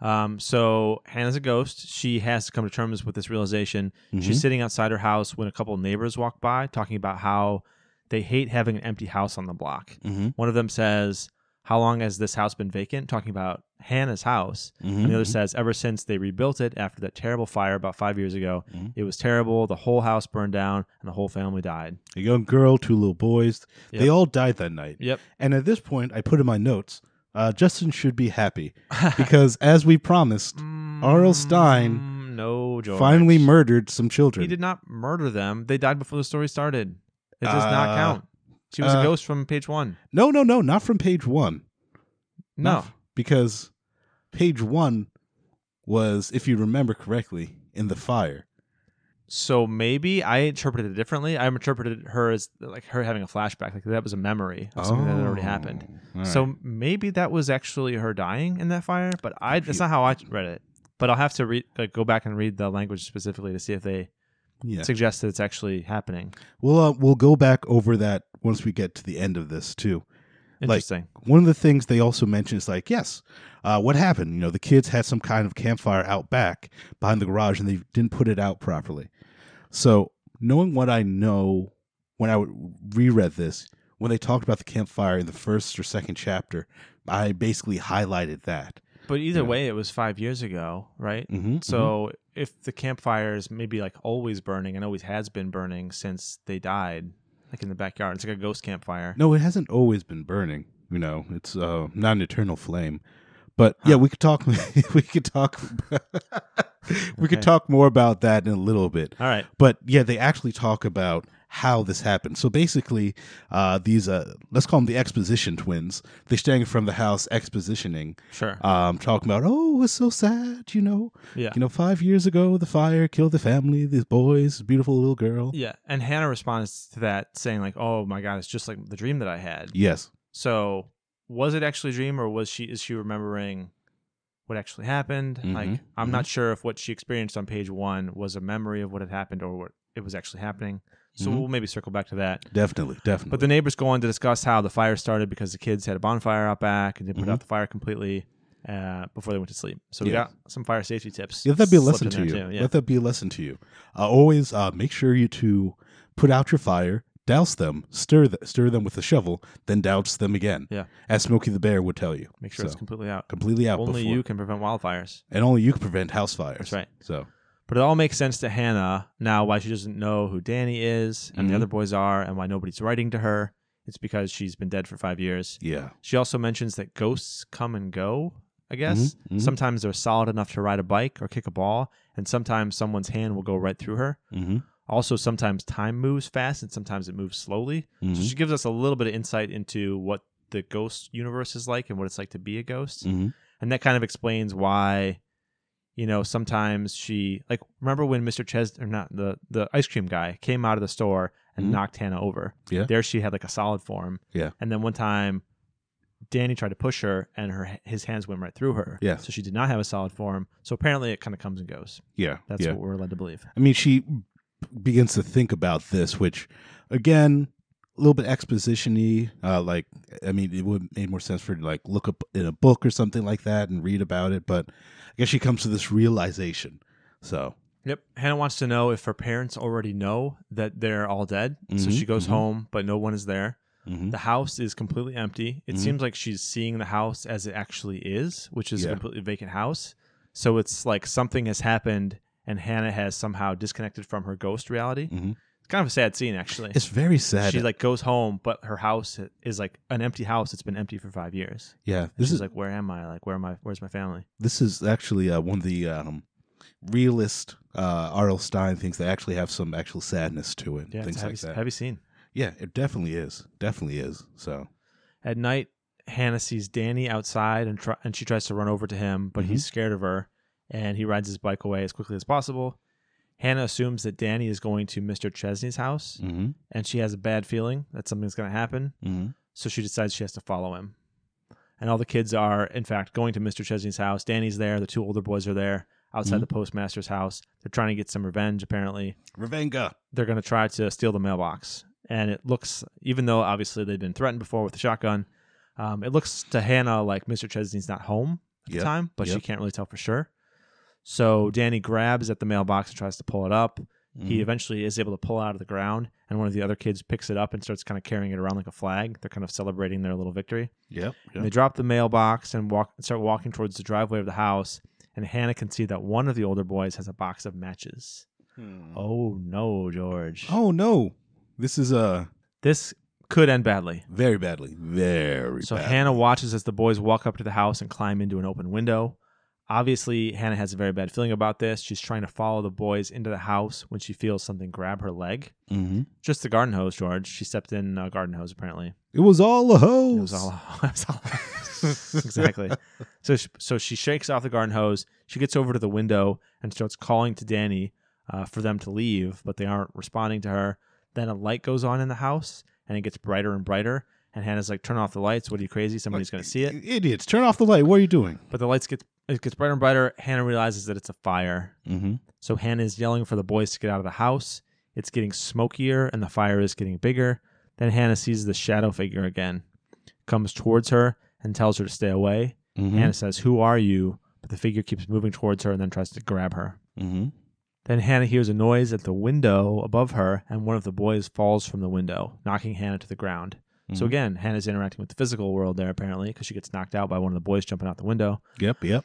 S2: Um, so Hannah's a ghost. She has to come to terms with this realization.
S1: Mm-hmm.
S2: She's sitting outside her house when a couple of neighbors walk by talking about how they hate having an empty house on the block.
S1: Mhm. Mhm.
S2: One of them says, How long has this house been vacant? Talking about Hannah's house.
S1: Mm-hmm.
S2: And the other says, ever since they rebuilt it after that terrible fire about five years ago,
S1: Mhm.
S2: it was terrible. The whole house burned down and the whole family died.
S1: Mm-hmm. A young girl, two little boys. They
S2: Yep.
S1: all died that night.
S2: Yep.
S1: And at this point, I put in my notes uh, Justin should be
S2: (laughs)
S1: happy because, as we promised, R.L. Stine
S2: Mm, no, George.
S1: finally murdered some children.
S2: He did not murder them. They died before the story started. It does
S1: Uh,
S2: not count. She was
S1: uh,
S2: a ghost from page one.
S1: No, no, no, not from page one.
S2: No.
S1: Not- because page one was, if you remember correctly, in the fire.
S2: So maybe I interpreted it differently. I interpreted her as like her having a flashback, like that was a memory of something Oh, that had already happened.
S1: Oh. All right.
S2: So maybe that was actually her dying in that fire, but I that's not how I read it. But I'll have to read, like, go back and read the language specifically to see if they
S1: yeah,
S2: suggest that it's actually happening.
S1: we'll uh, we'll go back over that once we get to the end of this too. Like-
S2: Interesting.
S1: One of the things they also mention is like, yes, uh, what happened? You know, the kids had some kind of campfire out back behind the garage, and they didn't put it out properly. So knowing what I know, when I reread this, when they talked about the campfire in the first or second chapter, I basically highlighted that.
S2: but either
S1: yeah.
S2: way, it was five years ago, right?
S1: Mm-hmm,
S2: So if the campfire is maybe like always burning and always has been burning since they died, like in the backyard, it's like a ghost campfire.
S1: No, it hasn't always been burning. You know, it's uh, not an eternal flame. But yeah, we could talk. (laughs) we could talk. (laughs) we
S2: Okay.
S1: could talk more about that in a little bit.
S2: All right.
S1: But yeah, they actually talk about how this happened. So basically, uh, these uh, let's call them the exposition twins. They're staying from the house, expositioning,
S2: Sure.
S1: um, talking about oh, it's so sad. You know,
S2: yeah.
S1: you know, five years ago, the fire killed the family, these boys, beautiful little girl.
S2: yeah. And Hannah responds to that saying, like, oh my God, it's just like the dream that I had.
S1: Yes.
S2: So was it actually a dream or was she is she remembering what actually happened? Like
S1: Mhm,
S2: I'm not sure if what she experienced on page one was a memory of what had happened or what it was actually happening. So
S1: Mhm.
S2: we'll maybe circle back to that.
S1: Definitely, definitely.
S2: But the neighbors go on to discuss how the fire started because the kids had a bonfire out back and they put out the fire completely uh, before they went to sleep. So we
S1: Mm-hmm. Yeah.
S2: got some fire safety tips.
S1: Let that be a
S2: slipped
S1: lesson
S2: in
S1: to you.
S2: there too, yeah.
S1: Let that be a lesson to you. Uh, always uh, make sure you to put out your fire, douse them, stir th- stir them with a shovel, then douse them again.
S2: Yeah.
S1: As Smokey the Bear would tell you.
S2: Make sure it's
S1: So,
S2: completely out.
S1: completely out
S2: Only
S1: before.
S2: you can prevent wildfires.
S1: and only you can prevent house fires.
S2: That's right.
S1: So
S2: But it all makes sense to Hannah now why she doesn't know who Danny is and
S1: Mhm.
S2: the other boys are and why nobody's writing to her. It's because she's been dead for five years.
S1: yeah.
S2: She also mentions that ghosts come and go, I guess.
S1: Mhm, mhm.
S2: Sometimes they're solid enough to ride a bike or kick a ball, and sometimes someone's hand will go right through her.
S1: Mm-hmm.
S2: Also, sometimes time moves fast and sometimes it moves slowly.
S1: Mm-hmm.
S2: So she gives us a little bit of insight into what the ghost universe is like and what it's like to be a ghost.
S1: hmm
S2: And that kind of explains why, you know, sometimes she like remember when Mr. Ches or not the the ice cream guy came out of the store and
S1: Mhm.
S2: knocked Hannah over.
S1: Yeah.
S2: There she had like a solid form.
S1: Yeah.
S2: And then one time Danny tried to push her and her his hands went right through her.
S1: Yeah.
S2: So she did not have a solid form. So apparently it kind of comes and goes.
S1: Yeah.
S2: That's
S1: yeah.
S2: what we're led to believe.
S1: I mean, she begins to think about this, which, again, a little bit exposition-y. Uh, like, I mean, it would make more sense for her to, like look up in a book or something like that and read about it. But I guess she comes to this realization. So,
S2: Yep. Hannah wants to know if her parents already know that they're all dead. So
S1: Mhm,
S2: she goes
S1: mhm.
S2: home, but no one is there.
S1: mhm.
S2: The house is completely empty. It
S1: Mhm.
S2: seems like she's seeing the house as it actually is, which is
S1: Yeah.
S2: a completely vacant house. So it's like something has happened and Hannah has somehow disconnected from her ghost reality.
S1: Mhm.
S2: It's kind of a sad scene actually.
S1: it's very sad.
S2: she like goes home, but her house is like an empty house. It's been empty for five years.
S1: yeah,
S2: This
S1: this is
S2: like, where am I? Like, where am I? Where's my family?
S1: this is actually uh, one of the um, realist uh, R.L. Stein things that actually have some actual sadness to it.
S2: Yeah, it's
S1: things
S2: a heavy,
S1: like that.
S2: heavy scene.
S1: Yeah, it definitely is. Definitely is. So,
S2: At night, Hannah sees Danny outside and try- and she tries to run over to him, but he's scared of her and he rides his bike away as quickly as possible. Hannah assumes that Danny is going to Mr. Chesney's house
S1: mm-hmm.
S2: and she has a bad feeling that something's going to happen,
S1: Mm-hmm.
S2: so she decides she has to follow him. And all the kids are, in fact, going to Mr. Chesney's house. Danny's there, the two older boys are there outside
S1: Mhm.
S2: the postmaster's house. They're trying to get some revenge, apparently
S1: Ravenga.
S2: they're going to try to steal the mailbox. And it looks, even though obviously they've been threatened before with the shotgun, um, it looks to Hannah like Mr. Chesney's not home at
S1: Yep,
S2: the time, but she
S1: yep.
S2: can't really tell for sure. So Danny grabs at the mailbox and tries to pull it up.
S1: Mm-hmm.
S2: he eventually is able to pull it out of the ground, and one of the other kids picks it up and starts kind of carrying it around like a flag. They're kind of celebrating their little victory.
S1: Mm-hmm. Yep.
S2: And they drop the mailbox and walk start walking towards the driveway of the house. And Hannah can see that one of the older boys has a box of matches.
S1: Hmm.
S2: Oh no, George!
S1: Oh no, this is uh
S2: This could end badly.
S1: very badly, very.
S2: So
S1: badly.
S2: Hannah watches as the boys walk up to the house and climb into an open window. Obviously, Hannah has a very bad feeling about this. She's trying to follow the boys into the house when she feels something grab her leg.
S1: Mhm.
S2: Just the garden hose, George. She stepped in a garden hose, apparently.
S1: It was all a hose.
S2: It was all, (laughs) it was all- (laughs) exactly. So, she, so she shakes off the garden hose. She gets over to the window and starts calling to Danny uh, for them to leave, but they aren't responding to her. Then a light goes on in the house, and it gets brighter and brighter. And Hannah's like, "Turn off the lights! What are you crazy? Somebody's going to see it."
S1: (laughs) Idiots, turn off the light. What are you doing?
S2: But the lights gets it gets brighter and brighter. Hannah realizes that it's a fire.
S1: Mm-hmm.
S2: So Hannah is yelling for the boys to get out of the house. It's getting smokier and the fire is getting bigger. Then Hannah sees the shadow figure again, comes towards her and tells her to stay away.
S1: mm-hmm,
S2: Hannah says, Who are you? But the figure keeps moving towards her and then tries to grab her.
S1: Mm-hmm.
S2: Then Hannah hears a noise at the window above her, and one of the boys falls from the window, knocking Hannah to the ground. So
S1: Mhm.
S2: again, Hannah's interacting with the physical world there apparently because she gets knocked out by one of the boys jumping out the window
S1: Yep. Yep.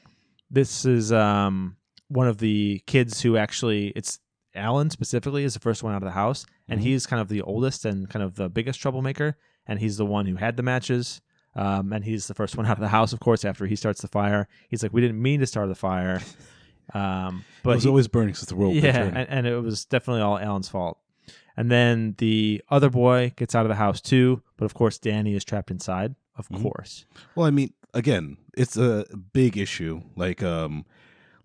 S2: this is um one of the kids who actually it's Alan specifically is the first one out of the house, and
S1: Mhm.
S2: he's kind of the oldest and kind of the biggest troublemaker, and he's the one who had the matches. Um, and he's the first one (laughs) out of the house, of course. After he starts the fire, he's like, "We didn't mean to start the (laughs) fire," um, but
S1: it was
S2: he-
S1: always burning since the world. was
S2: yeah,
S1: turning.
S2: and, and it was definitely all Alan's fault. And then the other boy gets out of the house too, but of course Danny is trapped inside. Of
S1: Mhm.
S2: course,
S1: Well, I mean, again, it's a big issue. Like, um,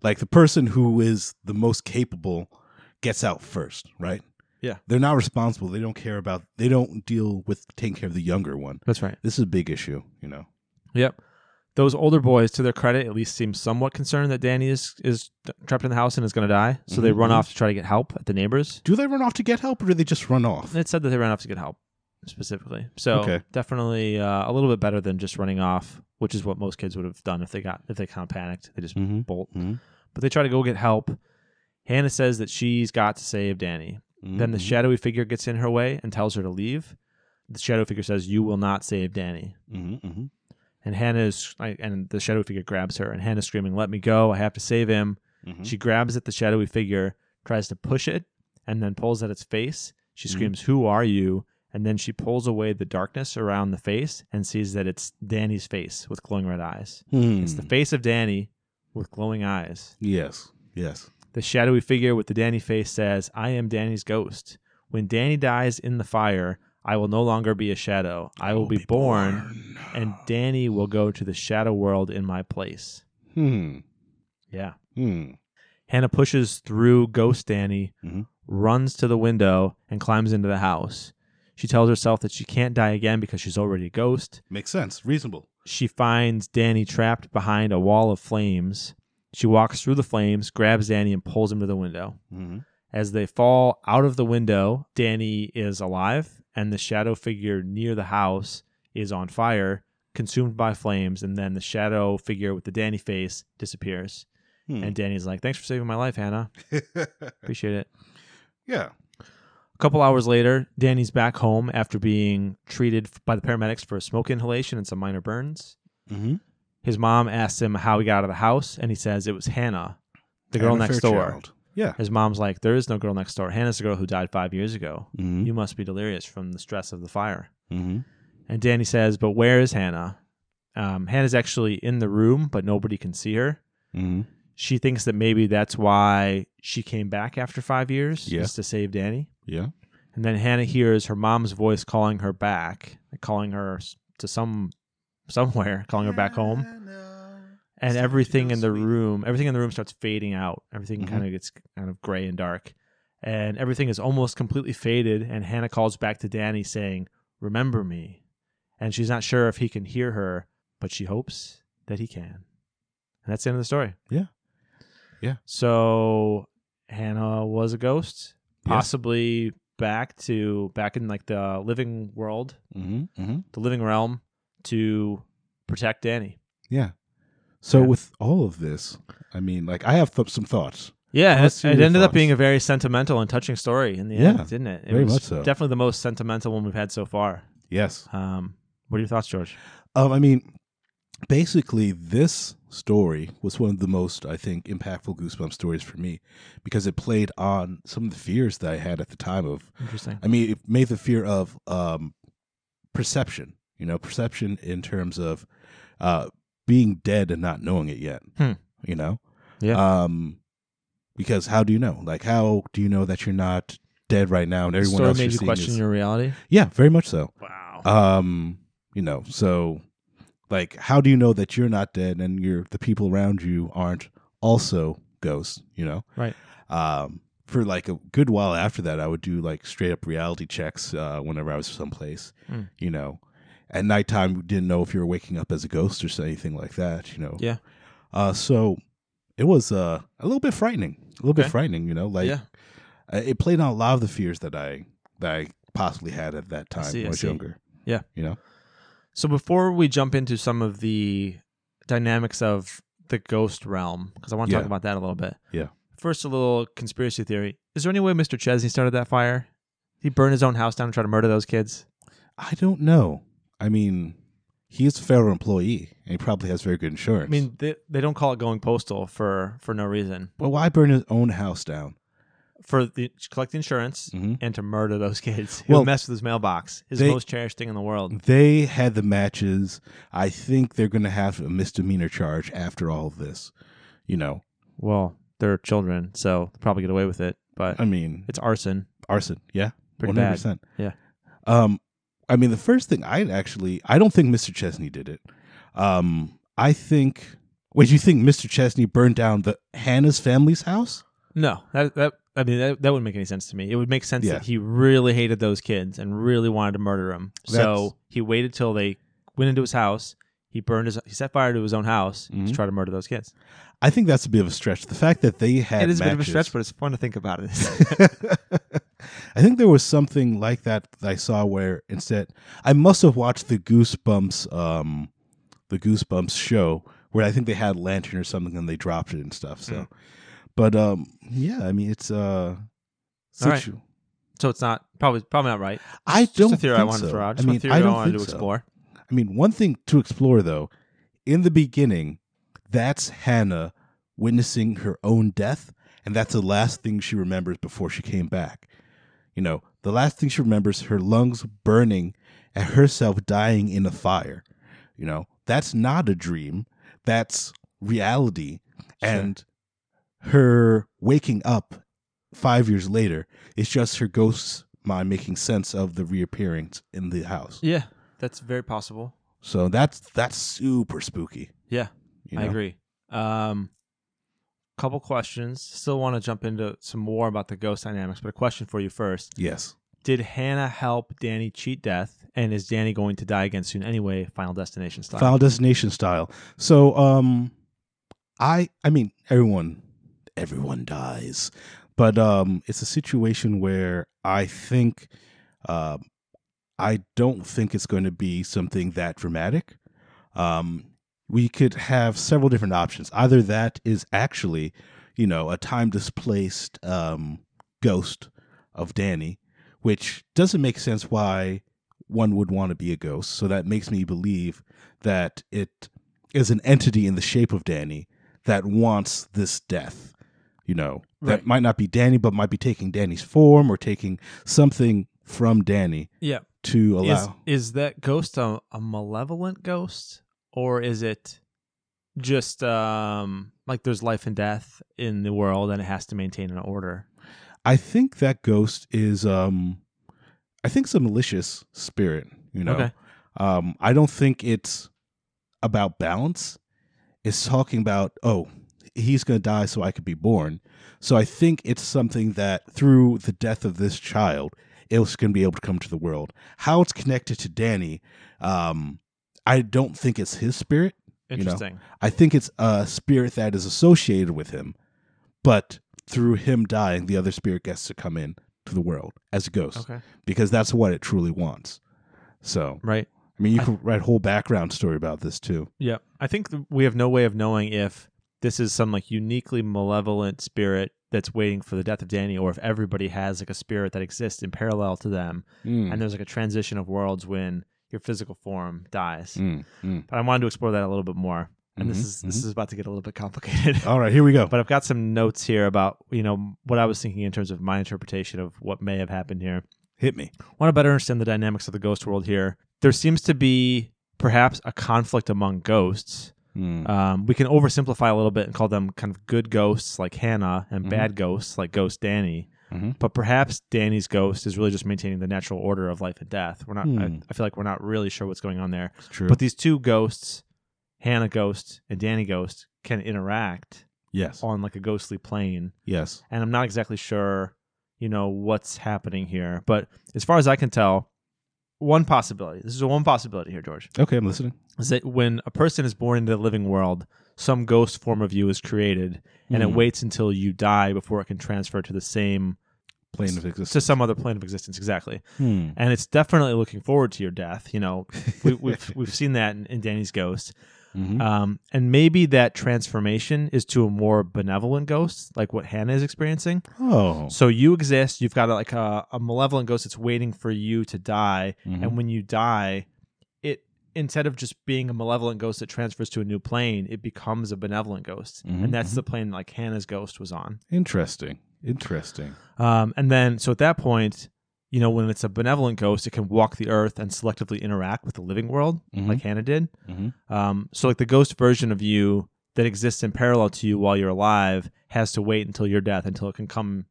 S1: like the person who is the most capable gets out first, right?
S2: Yeah.
S1: they're not responsible. They don't care about. They don't deal with taking care of the younger one.
S2: that's right.
S1: This is a big issue, you know.
S2: Yep. Those older boys, to their credit, at least seem somewhat concerned that Danny is is trapped in the house and is going to die. So they run
S1: Mhm.
S2: off to try to get help at the neighbors.
S1: Do they run off to get help, or do they just run off?
S2: It said that they ran off to get help specifically. So
S1: Okay.
S2: definitely uh, a little bit better than just running off, which is what most kids would have done if they got if they kind of panicked. They just
S1: Mm-hmm.
S2: bolt.
S1: Mhm.
S2: But they try to go get help. Hannah says that she's got to save Danny.
S1: Mm-hmm.
S2: Then the shadowy figure gets in her way and tells her to leave. The shadow figure says, "You will not save Danny."
S1: Mm-hmm.
S2: And Hannah is, I- and the shadowy figure grabs her, and Hannah's screaming, "Let me go! I have to save him!"
S1: Mm-hmm.
S2: She grabs at the shadowy figure, tries to push it, and then pulls at its face. She
S1: Mhm.
S2: screams, "Who are you?" And then she pulls away the darkness around the face and sees that it's Danny's face with glowing red eyes.
S1: Hmm.
S2: It's the face of Danny with glowing eyes.
S1: yes, yes.
S2: The shadowy figure with the Danny face says, "I am Danny's ghost. When Danny dies in the fire, I will no longer be a shadow. I will be, born and Danny will go to the shadow world in my place.
S1: Hmm.
S2: Yeah.
S1: Hmm.
S2: Hannah pushes through Ghost Danny,
S1: Mhm.
S2: runs to the window, and climbs into the house. She tells herself that she can't die again because she's already a ghost.
S1: Makes sense. Reasonable.
S2: She finds Danny trapped behind a wall of flames. She walks through the flames, grabs Danny, and pulls him to the window.
S1: Mm-hmm.
S2: As they fall out of the window, Danny is alive, and the shadow figure near the house is on fire, consumed by flames, and then the shadow figure with the Danny face disappears.
S1: Hmm.
S2: And Danny's like, Thanks for saving my life, Hannah. Appreciate it.
S1: (laughs) yeah.
S2: A couple hours later, Danny's back home after being treated f- by the paramedics for a smoke inhalation and some minor burns.
S1: Mm-hmm.
S2: His mom asks him how he got out of the house, and he says it was Hannah, the girl next door.
S1: Yeah.
S2: His mom's like, There is no girl next door. Hannah's the girl who died five years ago.
S1: Mm-hmm.
S2: You must be delirious from the stress of the fire.
S1: Mm-hmm.
S2: And Danny says, But where is Hannah? Um, Hannah's actually in the room, but nobody can see her.
S1: Mm-hmm.
S2: She thinks that maybe that's why she came back after five years,
S1: Yeah.
S2: just to save Danny.
S1: Yeah.
S2: And then Hannah hears her mom's voice calling her back, calling her s- to some somewhere, calling her back home. And
S1: Still
S2: everything
S1: too
S2: in the
S1: sweet.
S2: room, everything in the room starts fading out. Everything
S1: Mhm.
S2: kind of gets kind of gray and dark. And everything is almost completely faded and Hannah calls back to Danny saying, "Remember me." And she's not sure if he can hear her, but she hopes that he can. And that's the end of the story.
S1: Yeah. Yeah.
S2: So Hannah was a ghost
S1: Yes.
S2: possibly back to back in like the living world,
S1: Mm-hmm. Mm-hmm.
S2: the living realm to protect Danny.
S1: Yeah. So
S2: Yeah.
S1: with all of this, I mean, like I have th- some thoughts.
S2: Yeah,
S1: Let's
S2: it,
S1: hear
S2: it
S1: your
S2: ended up
S1: thoughts.
S2: being a very sentimental and touching story in the
S1: Yeah,
S2: end, didn't it? It
S1: very
S2: was
S1: much so.
S2: Definitely the most sentimental one we've had so far.
S1: Yes.
S2: Um, what are your thoughts, George?
S1: Um, I mean, basically, this story was one of the most, I think, impactful Goosebumps stories for me because it played on some of the fears that I had at the time of
S2: Interesting.
S1: I mean, it made the fear of um, perception, you know, perception in terms of uh, being dead and not knowing it yet,
S2: Hmm.
S1: you know?
S2: Yeah.
S1: Um, because how do you know? Like, how do you know that you're not dead right now and everyone
S2: story
S1: else
S2: made
S1: you're
S2: you
S1: seeing
S2: question
S1: is-
S2: your reality.
S1: Yeah, very much so.
S2: Wow.
S1: Um, you know, so like, how do you know that you're not dead and you're, the people around you aren't also ghosts, you know?
S2: Right.
S1: um, for like a good while after that, I would do like straight up reality checks uh, whenever I was someplace,
S2: Mm.
S1: you know. At nighttime, we didn't know if you were waking up as a ghost or so- anything like that, you know.
S2: Yeah.
S1: Uh, so it was uh, a little bit frightening, a little bit
S2: Okay.
S1: frightening, you know. Like
S2: yeah.
S1: uh, it played on a lot of the fears that I that I possibly had at that time
S2: see,
S1: when I
S2: I
S1: was
S2: see.
S1: younger.
S2: Yeah.
S1: You know.
S2: So before we jump into some of the dynamics of the ghost realm, because I want to talk
S1: Yeah.
S2: about that a little bit.
S1: Yeah.
S2: First, a little conspiracy theory. Is there any way Mr. Chesney started that fire? He burned his own house down and tried to murder those kids.
S1: I don't know. I mean, he is a federal employee, and he probably has very good insurance.
S2: I mean, they, they don't call it going postal for for no reason.
S1: but why burn his own house down?
S2: For the to collect the insurance
S1: Mm-hmm.
S2: and to murder those (laughs) kids who
S1: Well,
S2: messed with his mailbox, his
S1: they-
S2: most cherished thing in the world.
S1: They had the matches. I think they're going to have a misdemeanor charge after all of this. You know,
S2: Well, they're children, so they'll probably get away with it. But
S1: I mean,
S2: it's arson,
S1: arson. Yeah,
S2: pretty
S1: one hundred
S2: bad.
S1: percent.
S2: Yeah.
S1: Um, I mean, the first thing I actually, I don't think Mr. Chesney did it. Um, I think. Wait, you think Mr. Chesney burned down the Hannah's family's house?
S2: No, that that I mean that, that wouldn't make any sense to me. It would make sense
S1: Yeah.
S2: that he really hated those kids and really wanted to murder them.
S1: That's-
S2: So he waited till they went into his house. He burned his he set fire to his own house
S1: Mhm.
S2: to try to murder those kids.
S1: I think that's a bit of a stretch. The fact that they had
S2: it is a bit
S1: matches,
S2: of a stretch, but it's fun to think about it.
S1: (laughs)
S2: (laughs)
S1: I think there was something like that that I saw where instead I must have watched the Goosebumps um the Goosebumps show where I think they had a lantern or something and they dropped it and stuff. So
S2: Mm.
S1: but um yeah, I mean it's uh
S2: All right.
S1: situ-
S2: so it's not probably probably not right.
S1: I
S2: Just
S1: don't
S2: a theory I
S1: think
S2: wanted
S1: so.
S2: to throw out.
S1: I
S2: Just
S1: mean
S2: a theory
S1: I
S2: I,
S1: don't
S2: wanted to
S1: think so.
S2: explore.
S1: I mean one thing to explore though, in the beginning, that's Hannah witnessing her own death and that's the last thing she remembers before she came back. You know, the last thing she remembers her lungs burning and herself dying in a fire. You know, that's not a dream. That's reality. And her waking up five years later is just her ghost's mind making sense of the reappearance in the house.
S2: Yeah, that's very possible.
S1: So that's that's super spooky.
S2: Yeah,
S1: you
S2: I
S1: know?
S2: agree. Um, couple questions. Still want to jump into some more about the ghost dynamics, but a question for you first.
S1: Yes.
S2: Did Hannah help Danny cheat death? And is Danny going to die again soon anyway, Final Destination style?
S1: Final Destination style. So, um, I I mean, everyone everyone dies, but um, it's a situation where I think, um, I don't think it's going to be something that dramatic. Um, we could have several different options. Either that is actually, you know, a time displaced um ghost of Danny, which doesn't make sense why one would want to be a ghost. So that makes me believe that it is an entity in the shape of Danny that wants this death. You know,
S2: Right.
S1: that might not be Danny, but might be taking Danny's form or taking something from Danny
S2: yeah.
S1: to allow.
S2: Is, is that ghost a, a malevolent ghost? Or is it just um, like there's life and death in the world and it has to maintain an order?
S1: I think that ghost is um I think it's a malicious spirit, you know.
S2: Okay.
S1: Um I don't think it's about balance. It's talking about, oh, he's going to die so I could be born. So I think it's something that through the death of this child, it was going to be able to come to the world. How it's connected to Danny, um I don't think it's his spirit. know.
S2: Interesting.
S1: I think it's a spirit that is associated with him, but through him dying, the other spirit gets to come in to the world as a ghost
S2: Okay.
S1: because that's what it truly wants. So,
S2: Right.
S1: I mean, you
S2: I-
S1: could write a whole background story about this too.
S2: Yeah. I think th- we have no way of knowing if this is some like uniquely malevolent spirit that's waiting for the death of Danny, or if everybody has like a spirit that exists in parallel to them,
S1: Mm,
S2: and there's like a transition of worlds when your physical form dies.
S1: mm, mm.
S2: But I wanted to explore that a little bit more, and this
S1: Mhm,
S2: is this is about to get a little bit complicated. (laughs)
S1: All right, here we go.
S2: but I've got some notes here about you know what I was thinking in terms of my interpretation of what may have happened here.
S1: Hit me.
S2: want to better understand the dynamics of the ghost world here. There seems to be perhaps a conflict among ghosts.
S1: Mm,
S2: Um, we can oversimplify a little bit and call them kind of good ghosts like Hannah and
S1: Mhm.
S2: bad ghosts like Ghost Danny.
S1: Mhm.
S2: But perhaps Danny's ghost is really just maintaining the natural order of life and death. We're not. I,
S1: Hmm.
S2: I feel like we're not really sure what's going on there.
S1: it's true.
S2: But these two ghosts, Hannah ghost and Danny ghost, can interact
S1: yes.
S2: on like a ghostly plane
S1: Yes.
S2: and I'm not exactly sure, you know, what's happening here. But as far as I can tell, one possibility. This is one possibility here, George.
S1: Okay, I'm listening.
S2: Is that when a person is born into the living world, some ghost form of you is created, and it
S1: Mm.
S2: waits until you die before it can transfer to the same
S1: Plane of existence.
S2: to some other plane of existence. Exactly,
S1: Hmm.
S2: and it's definitely looking forward to your death. You know, we, we've we've seen that in, in Danny's ghost.
S1: Mhm.
S2: Um, and maybe that transformation is to a more benevolent ghost, like what Hannah is experiencing.
S1: Oh.
S2: So you exist. You've got like a, a malevolent ghost that's waiting for you to die.
S1: Mhm.
S2: And when you die, it instead of just being a malevolent ghost that transfers to a new plane, it becomes a benevolent ghost,
S1: Mhm,
S2: and that's the plane like Hannah's ghost was on.
S1: Interesting. Interesting.
S2: Um, and then so at that point, you know, when it's a benevolent ghost, it can walk the earth and selectively interact with the living world,
S1: Mhm.
S2: like Hannah did.
S1: Mhm.
S2: Um, so like the ghost version of you that exists in parallel to you while you're alive has to wait until your death until it can come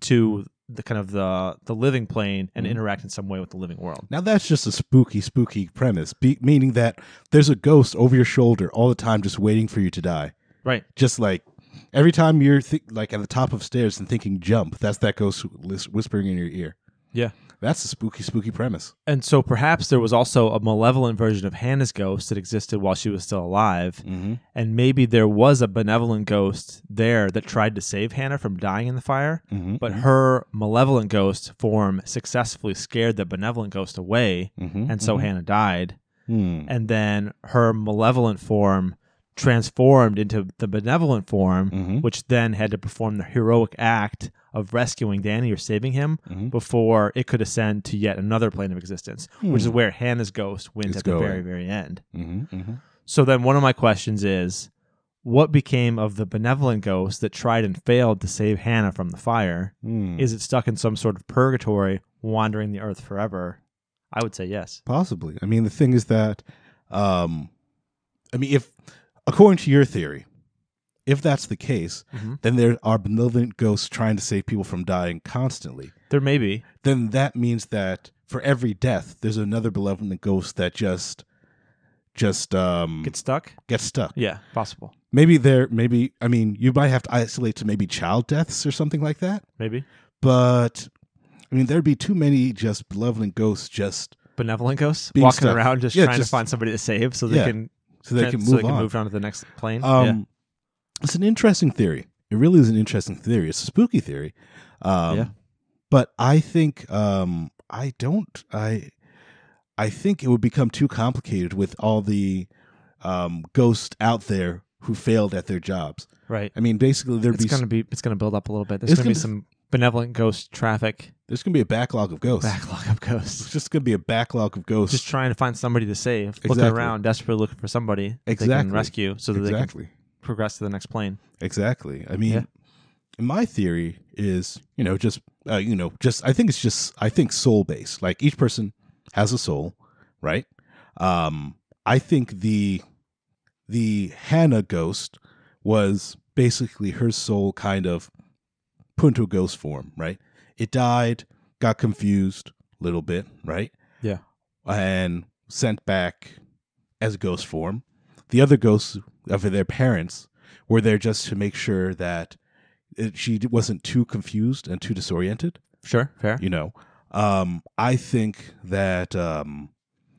S2: to the kind of the the living plane and
S1: Mhm.
S2: interact in some way with the living world.
S1: Now that's just a spooky, spooky premise, be- meaning that there's a ghost over your shoulder all the time, just waiting for you to die.
S2: Right.
S1: Just like every time you're th- like at the top of stairs and thinking jump, that's that ghost whis- whispering in your ear.
S2: Yeah.
S1: That's a spooky, spooky premise.
S2: And so perhaps there was also a malevolent version of Hannah's ghost that existed while she was still alive.
S1: Mm-hmm.
S2: And maybe there was a benevolent ghost there that tried to save Hannah from dying in the fire.
S1: Mm-hmm.
S2: But her malevolent ghost form successfully scared the benevolent ghost away.
S1: mm-hmm.
S2: And so Hannah died.
S1: mm-hmm.
S2: and then her malevolent form transformed into the benevolent form,
S1: Mhm.
S2: which then had to perform the heroic act of rescuing Danny or saving him
S1: Mhm.
S2: before it could ascend to yet another plane of existence, which is
S1: Hmm.
S2: where Hannah's ghost went
S1: It's
S2: at the
S1: going.
S2: very, very end.
S1: Mm-hmm.
S2: So then one of my questions is what became of the benevolent ghost that tried and failed to save Hannah from the fire?
S1: Mm-hmm.
S2: Is it stuck in some sort of purgatory wandering the earth forever? I would say yes.
S1: Possibly. I mean, the thing is that, um, I mean, if according to your theory, if that's the case,
S2: Mhm.
S1: then there are benevolent ghosts trying to save people from dying constantly.
S2: There may be.
S1: Then that means that for every death, there's another benevolent ghost that just, just um,
S2: Get
S1: gets,
S2: stuck?
S1: stuck.
S2: Yeah, possible.
S1: Maybe there. Maybe I mean, you might have to isolate to maybe child deaths or something like that.
S2: Maybe.
S1: But I mean, there'd be too many just benevolent ghosts just
S2: benevolent ghosts
S1: Being
S2: walking
S1: stuck.
S2: around just
S1: Yeah,
S2: trying
S1: just-
S2: to find somebody to save so they
S1: Yeah.
S2: can
S1: so they
S2: tran-
S1: can move
S2: so they can
S1: on.
S2: move on to the next plane.
S1: Um, It's an interesting theory. It really is an interesting theory. It's a spooky theory. Um,
S2: Yeah.
S1: But I think um, I don't. I I think it would become too complicated with all the um, ghosts out there who failed at their jobs.
S2: yeah. Right.
S1: I mean, basically there'd
S2: It's
S1: be
S2: gonna be it's gonna build up a little bit. There's
S1: It's
S2: gonna, be
S1: gonna-
S2: some benevolent ghost traffic,
S1: there's going to be a backlog of ghosts.
S2: backlog of
S1: It's
S2: ghosts.
S1: just going to be a backlog of ghosts.
S2: Just trying to find somebody to save, looking
S1: Exactly.
S2: around, desperately looking for somebody they
S1: Exactly.
S2: can rescue so that they can
S1: exactly.
S2: progress to the next plane.
S1: Exactly. I mean,
S2: Yeah.
S1: my theory is, you know, just uh, you know, just I think it's just I think soul based. Like each person has a soul, right? Um, I think the the Hannah ghost was basically her soul kind of put into a ghost form, right? It died, got confused a little bit, right?
S2: Yeah.
S1: And sent back as a ghost form. The other ghosts of their parents were there just to make sure that it, she wasn't too confused and too disoriented,
S2: Sure, fair.
S1: you know. Um, I think that, um,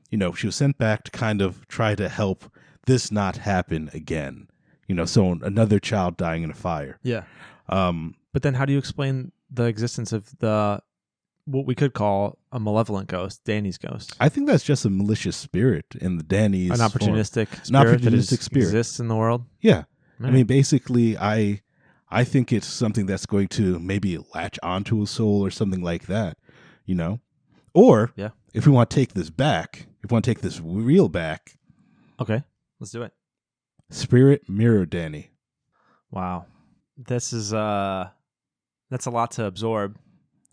S1: you know, she was sent back to kind of try to help this not happen again. You know, so another child dying in a fire.
S2: Yeah.
S1: Um,
S2: But then how do you explain the existence of the what we could call a malevolent ghost, Danny's ghost?
S1: I think that's just a malicious spirit in the Danny's
S2: An
S1: form.
S2: opportunistic
S1: An
S2: spirit that
S1: opportunistic
S2: is-
S1: spirit.
S2: exists in the world.
S1: Yeah, I
S2: Right.
S1: mean, basically, I I think it's something that's going to maybe latch onto a soul or something like that, you know? Or
S2: Yeah.
S1: if we want to take this back, if we want to take this real back,
S2: Okay, let's do it.
S1: Spirit Mirror Danny.
S2: Wow, this is uh, that's a lot to absorb.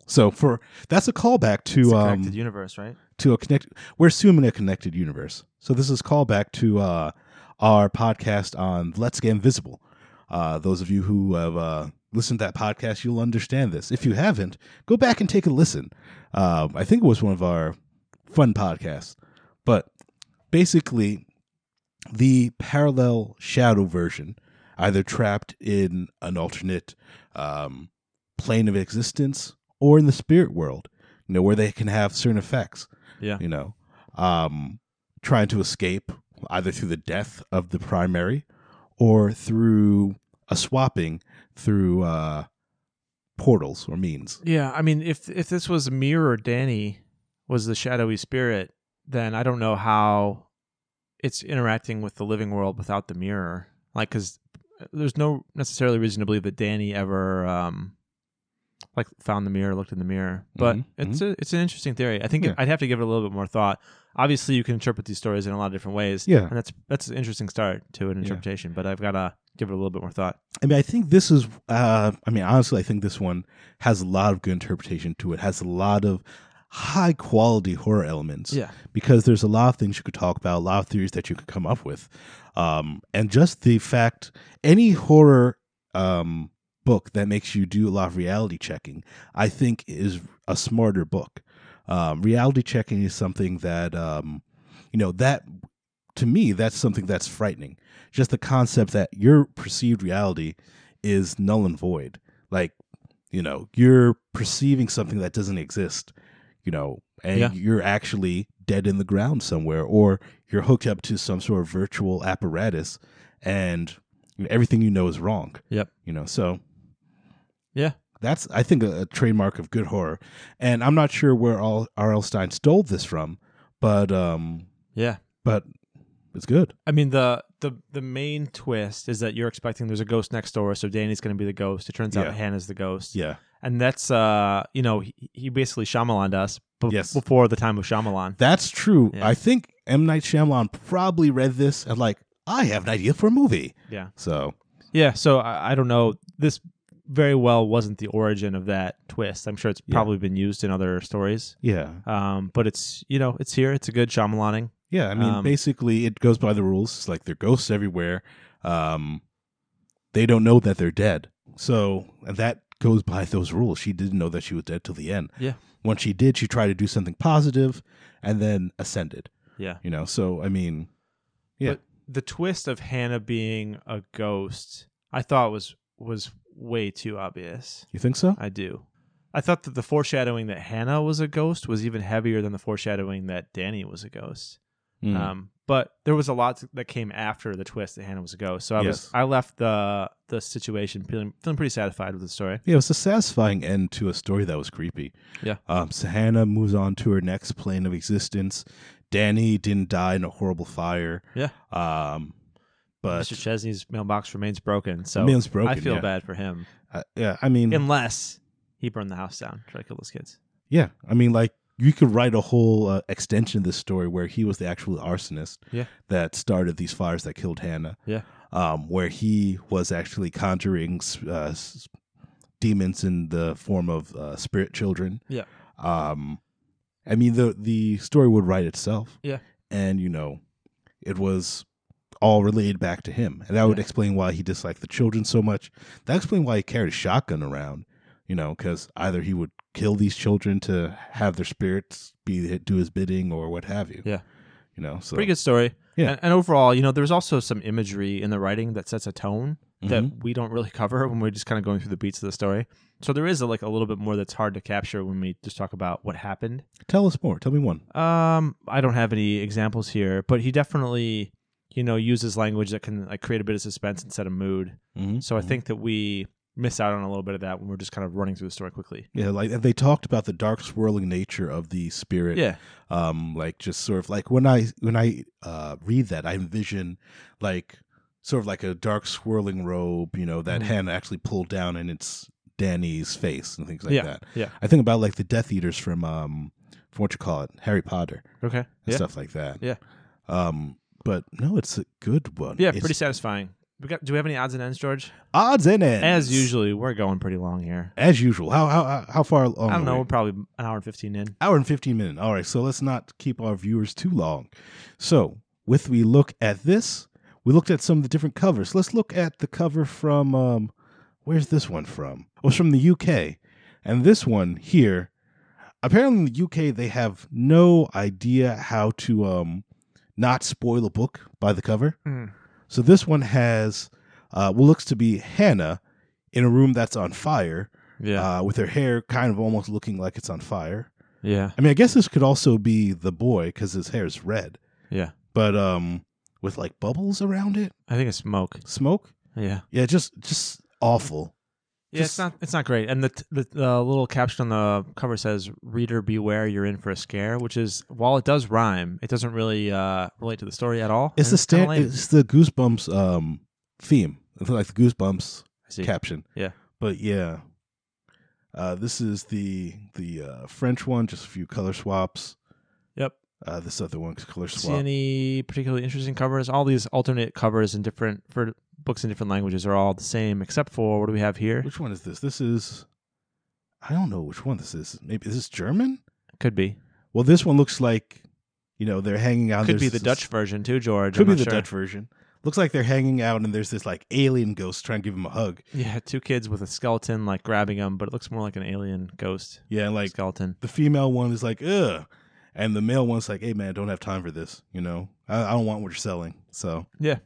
S1: So for that's a callback
S2: It's
S1: to
S2: a
S1: um
S2: connected universe, right?
S1: to a connect we're assuming a connected universe. So this is callback to uh our podcast on Let's Get Invisible. Uh those of you who have uh listened to that podcast, you'll understand this. If you haven't, go back and take a listen. Um I think it was one of our fun podcasts. But basically the parallel shadow version, either trapped in an alternate um plane of existence or in the spirit world, you know, where they can have certain effects
S2: Yeah.
S1: you know, um, trying to escape either through the death of the primary or through a swapping through uh, portals or means.
S2: Yeah, I mean, if if this was Mirror Danny was the shadowy spirit, then I don't know how it's interacting with the living world without the mirror. Like, because there's no necessarily reason to believe that Danny ever um like found the mirror, looked in the mirror. But
S1: Mhm,
S2: it's a, it's an interesting theory. I think
S1: Yeah.
S2: I'd have to give it a little bit more thought. Obviously, you can interpret these stories in a lot of different ways.
S1: Yeah.
S2: and that's that's an interesting start to an interpretation. But I've got to give it a little bit more thought.
S1: I mean, I think this is. Uh, I mean, honestly, I think this one has a lot of good interpretation to it. Has a lot of high quality horror elements.
S2: Yeah,
S1: because there's a lot of things you could talk about, a lot of theories that you could come up with. Um, and just the fact, any horror um, book that makes you do a lot of reality checking, I think is a smarter book. Um, reality checking is something that, um, you know, that to me, that's something that's frightening. Just the concept that your perceived reality is null and void. Like, you know, you're perceiving something that doesn't exist, you know, and
S2: Yeah.
S1: you're actually dead in the ground somewhere, or you're hooked up to some sort of virtual apparatus and everything you know is wrong.
S2: Yep.
S1: You know, so.
S2: Yeah.
S1: That's, I think, a, a trademark of good horror. And I'm not sure where all R.L. Stein stole this from, but um,
S2: yeah.
S1: but it's good.
S2: I mean the the the main twist is that you're expecting there's a ghost next door, so Danny's going to be the ghost. It turns
S1: Yeah.
S2: out Hannah's the ghost,
S1: Yeah.
S2: and that's uh you know he, he basically Shyamalan us b-
S1: Yes.
S2: before the time of Shyamalan.
S1: That's true.
S2: Yeah.
S1: I think M. Night Shyamalan probably read this and like, I have an idea for a movie.
S2: Yeah,
S1: So
S2: yeah. So I, I don't know. This very well wasn't the origin of that twist. I'm sure it's
S1: Yeah.
S2: probably been used in other stories,
S1: yeah,
S2: um, but it's you know it's here. It's a good Shyamalaning.
S1: yeah. I mean,
S2: Um,
S1: basically, it goes by the rules. It's like there are ghosts everywhere. Um, they don't know that they're dead. So and that goes by those rules. She didn't know that she was dead till the end.
S2: Yeah.
S1: Once she did, she tried to do something positive, and then ascended.
S2: Yeah.
S1: You know. So I mean, Yeah.
S2: But the twist of Hannah being a ghost, I thought was was way too obvious.
S1: you think so?
S2: I do. I thought that the foreshadowing that Hannah was a ghost was even heavier than the foreshadowing that Danny was a ghost.
S1: Mm.
S2: Um, but there was a lot that came after the twist that Hannah was a ghost. So I was
S1: Yes.
S2: I left the the situation feeling feeling pretty satisfied with the story.
S1: Yeah, it was a satisfying end to a story that was creepy.
S2: Yeah.
S1: Um, Sahana moves on to her next plane of existence. Danny didn't die in a horrible fire.
S2: Yeah.
S1: Um, but
S2: Mr. Chesney's mailbox remains broken, so
S1: man's broken.
S2: I feel
S1: yeah.
S2: bad for him.
S1: Uh, yeah, I mean,
S2: Unless he burned the house down, try to kill those kids.
S1: yeah, I mean, like you could write a whole uh, extension of this story where he was the actual arsonist.
S2: Yeah.
S1: That started these fires that killed Hannah.
S2: Yeah.
S1: Um, where he was actually conjuring uh, s- demons in the form of uh, spirit children.
S2: Yeah.
S1: Um, I mean the the story would write itself.
S2: Yeah.
S1: And you know, it was all related back to him, and that would
S2: Yeah.
S1: explain why he disliked the children so much. That explained why he carried a shotgun around. You know, because either he would kill these children to have their spirits be do his bidding or what have you.
S2: Yeah.
S1: You know, so
S2: Pretty good story.
S1: Yeah.
S2: And, and overall, you know, there's also some imagery in the writing that sets a tone.
S1: Mhm.
S2: that we don't really cover (laughs) when we're just kind of going through the beats of the story. So there is a, like a little bit more that's hard to capture when we just talk about what happened.
S1: Tell us more. Tell me one.
S2: Um, I don't have any examples here, but he definitely, you know, uses language that can like create a bit of suspense and set a mood.
S1: Mm-hmm.
S2: So I think that we miss out on a little bit of that when we're just kind of running through the story quickly.
S1: Yeah, like and they talked about the dark swirling nature of the spirit.
S2: Yeah,
S1: Um, like just sort of like when I when I uh read that I envision like sort of like a dark swirling robe, you know, that
S2: Mhm.
S1: hand actually pulled down and it's Danny's face and things like
S2: yeah,
S1: that.
S2: yeah.
S1: I think about like the Death Eaters from um from what you call it, Harry Potter
S2: Okay,
S1: and
S2: yeah,
S1: stuff like that.
S2: Yeah.
S1: Um but no, it's a good one.
S2: yeah.
S1: It's
S2: Pretty satisfying. We got, do we have any odds and ends, George?
S1: odds and ends.
S2: As usually, we're going pretty long here.
S1: As usual. How how how far along?
S2: I don't
S1: are
S2: know.
S1: we?
S2: We're probably an hour and fifteen in.
S1: hour and 15 minutes. All right, so let's not keep our viewers too long. So, with we look at this, we looked at some of the different covers. Let's look at the cover from um where's this one from? Oh, it's from the UK. And this one here, apparently in the UK they have no idea how to um not spoil a book by the cover. So this one has uh what looks to be Hannah in a room that's on fire,
S2: Yeah,
S1: uh, with her hair kind of almost looking like it's on fire.
S2: yeah,
S1: I mean, I guess this could also be the boy because his hair is red,
S2: yeah.
S1: but um, with like bubbles around it,
S2: I think it's smoke.
S1: smoke.
S2: Yeah,
S1: Yeah, just just awful.
S2: yeah.
S1: Just-
S2: It's not. It's not great. And the t- the, the little caption on the cover says, "Reader beware, you're in for a scare," which is while it does rhyme, it doesn't really uh, relate to the story at all.
S1: It's
S2: and
S1: the
S2: kinda
S1: stand.
S2: lame.
S1: It's the Goosebumps um theme, It's like the Goosebumps
S2: I see.
S1: caption.
S2: Yeah.
S1: but yeah, uh, this is the the uh, French one. Just a few color swaps.
S2: Yep.
S1: Uh, this other one's color
S2: See
S1: swap.
S2: any particularly interesting covers? All these alternate covers in different for books in different languages are all the same, except for what do we have here?
S1: Which one is this? This is. I don't know which one this is. Maybe is this German?
S2: Could be.
S1: Well, this one looks like, you know, they're hanging out.
S2: Could be
S1: Uh, There's
S2: the
S1: this-
S2: Dutch version too, George.
S1: Could be
S2: I'm
S1: the
S2: not sure.
S1: Dutch version. Looks like they're hanging out, and there's this like alien ghost trying to give him a hug.
S2: (laughs) Yeah, two kids with a skeleton like grabbing them, but it looks more like an alien ghost
S1: Yeah, and like
S2: skeleton.
S1: the female one is like, ugh, and the male one's like, hey man, I don't have time for this. You know, I, I don't want what you're selling. So
S2: The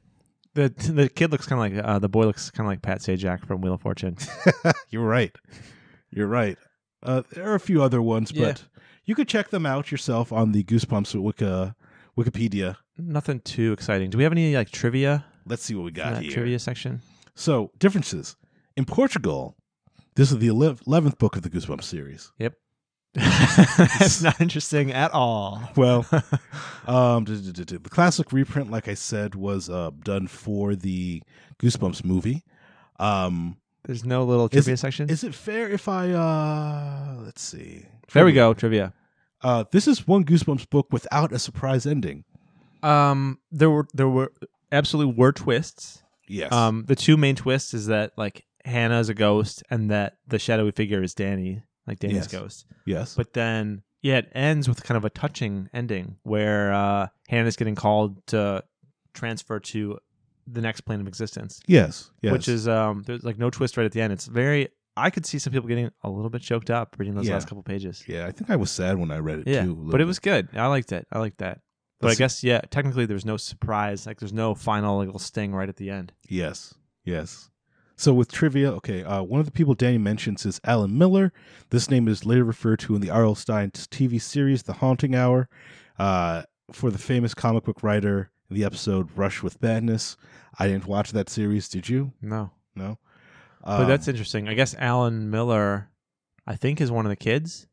S2: the kid looks kind of like uh, the boy looks kind of like Pat Sajak from Wheel of Fortune.
S1: you're right. You're right. Uh, there are a few other ones,
S2: Yeah.
S1: but you could check them out yourself on the Goosebumps Wiki, Wikipedia.
S2: Nothing too exciting. Do we have any like trivia?
S1: Let's see what we
S2: in
S1: got
S2: that
S1: here.
S2: trivia section.
S1: So differences in Portugal. This is the eleventh book of the Goosebumps series.
S2: (laughs) That's not interesting at all.
S1: Well, Um, duh, duh, duh, duh. the classic reprint, like I said, was uh, done for the Goosebumps movie. Um,
S2: (laughs) There's no little
S1: Is-
S2: trivia section.
S1: is it fair if I uh, let's see?
S2: there we go, trivia.
S1: Uh, this is one Goosebumps book without a surprise ending.
S2: Um, there were there were absolutely were twists.
S1: Yes.
S2: Um, the two main twists is that like Hannah is a ghost and that the shadowy figure is Danny, like Danny's
S1: Yes.
S2: ghost.
S1: yes.
S2: But then yeah, it ends with kind of a touching ending where uh, Hannah's getting called to transfer to the next plane of existence,
S1: yes. Yes.
S2: which is um, there's like no twist right at the end. It's very I could see some people getting a little bit choked up reading those
S1: Yeah.
S2: last couple pages.
S1: yeah. I think I was sad when I read it
S2: Yeah,
S1: too. a
S2: but
S1: little
S2: it was good. I liked it. I liked that. But
S1: Let's-
S2: I guess yeah, technically there's no surprise. Like there's no final little sting right at the end.
S1: bit. yes. Yes. So with trivia, okay, uh, one of the people Danny mentions is Alan Miller. This name is later referred to in the R.L. Stein TV series The Haunting Hour uh, for the famous comic book writer in the episode Rush with Madness. I didn't watch that series. Did you?
S2: No,
S1: No.
S2: but
S1: Um,
S2: that's interesting. I guess Alan Miller, I think, is one of the kids,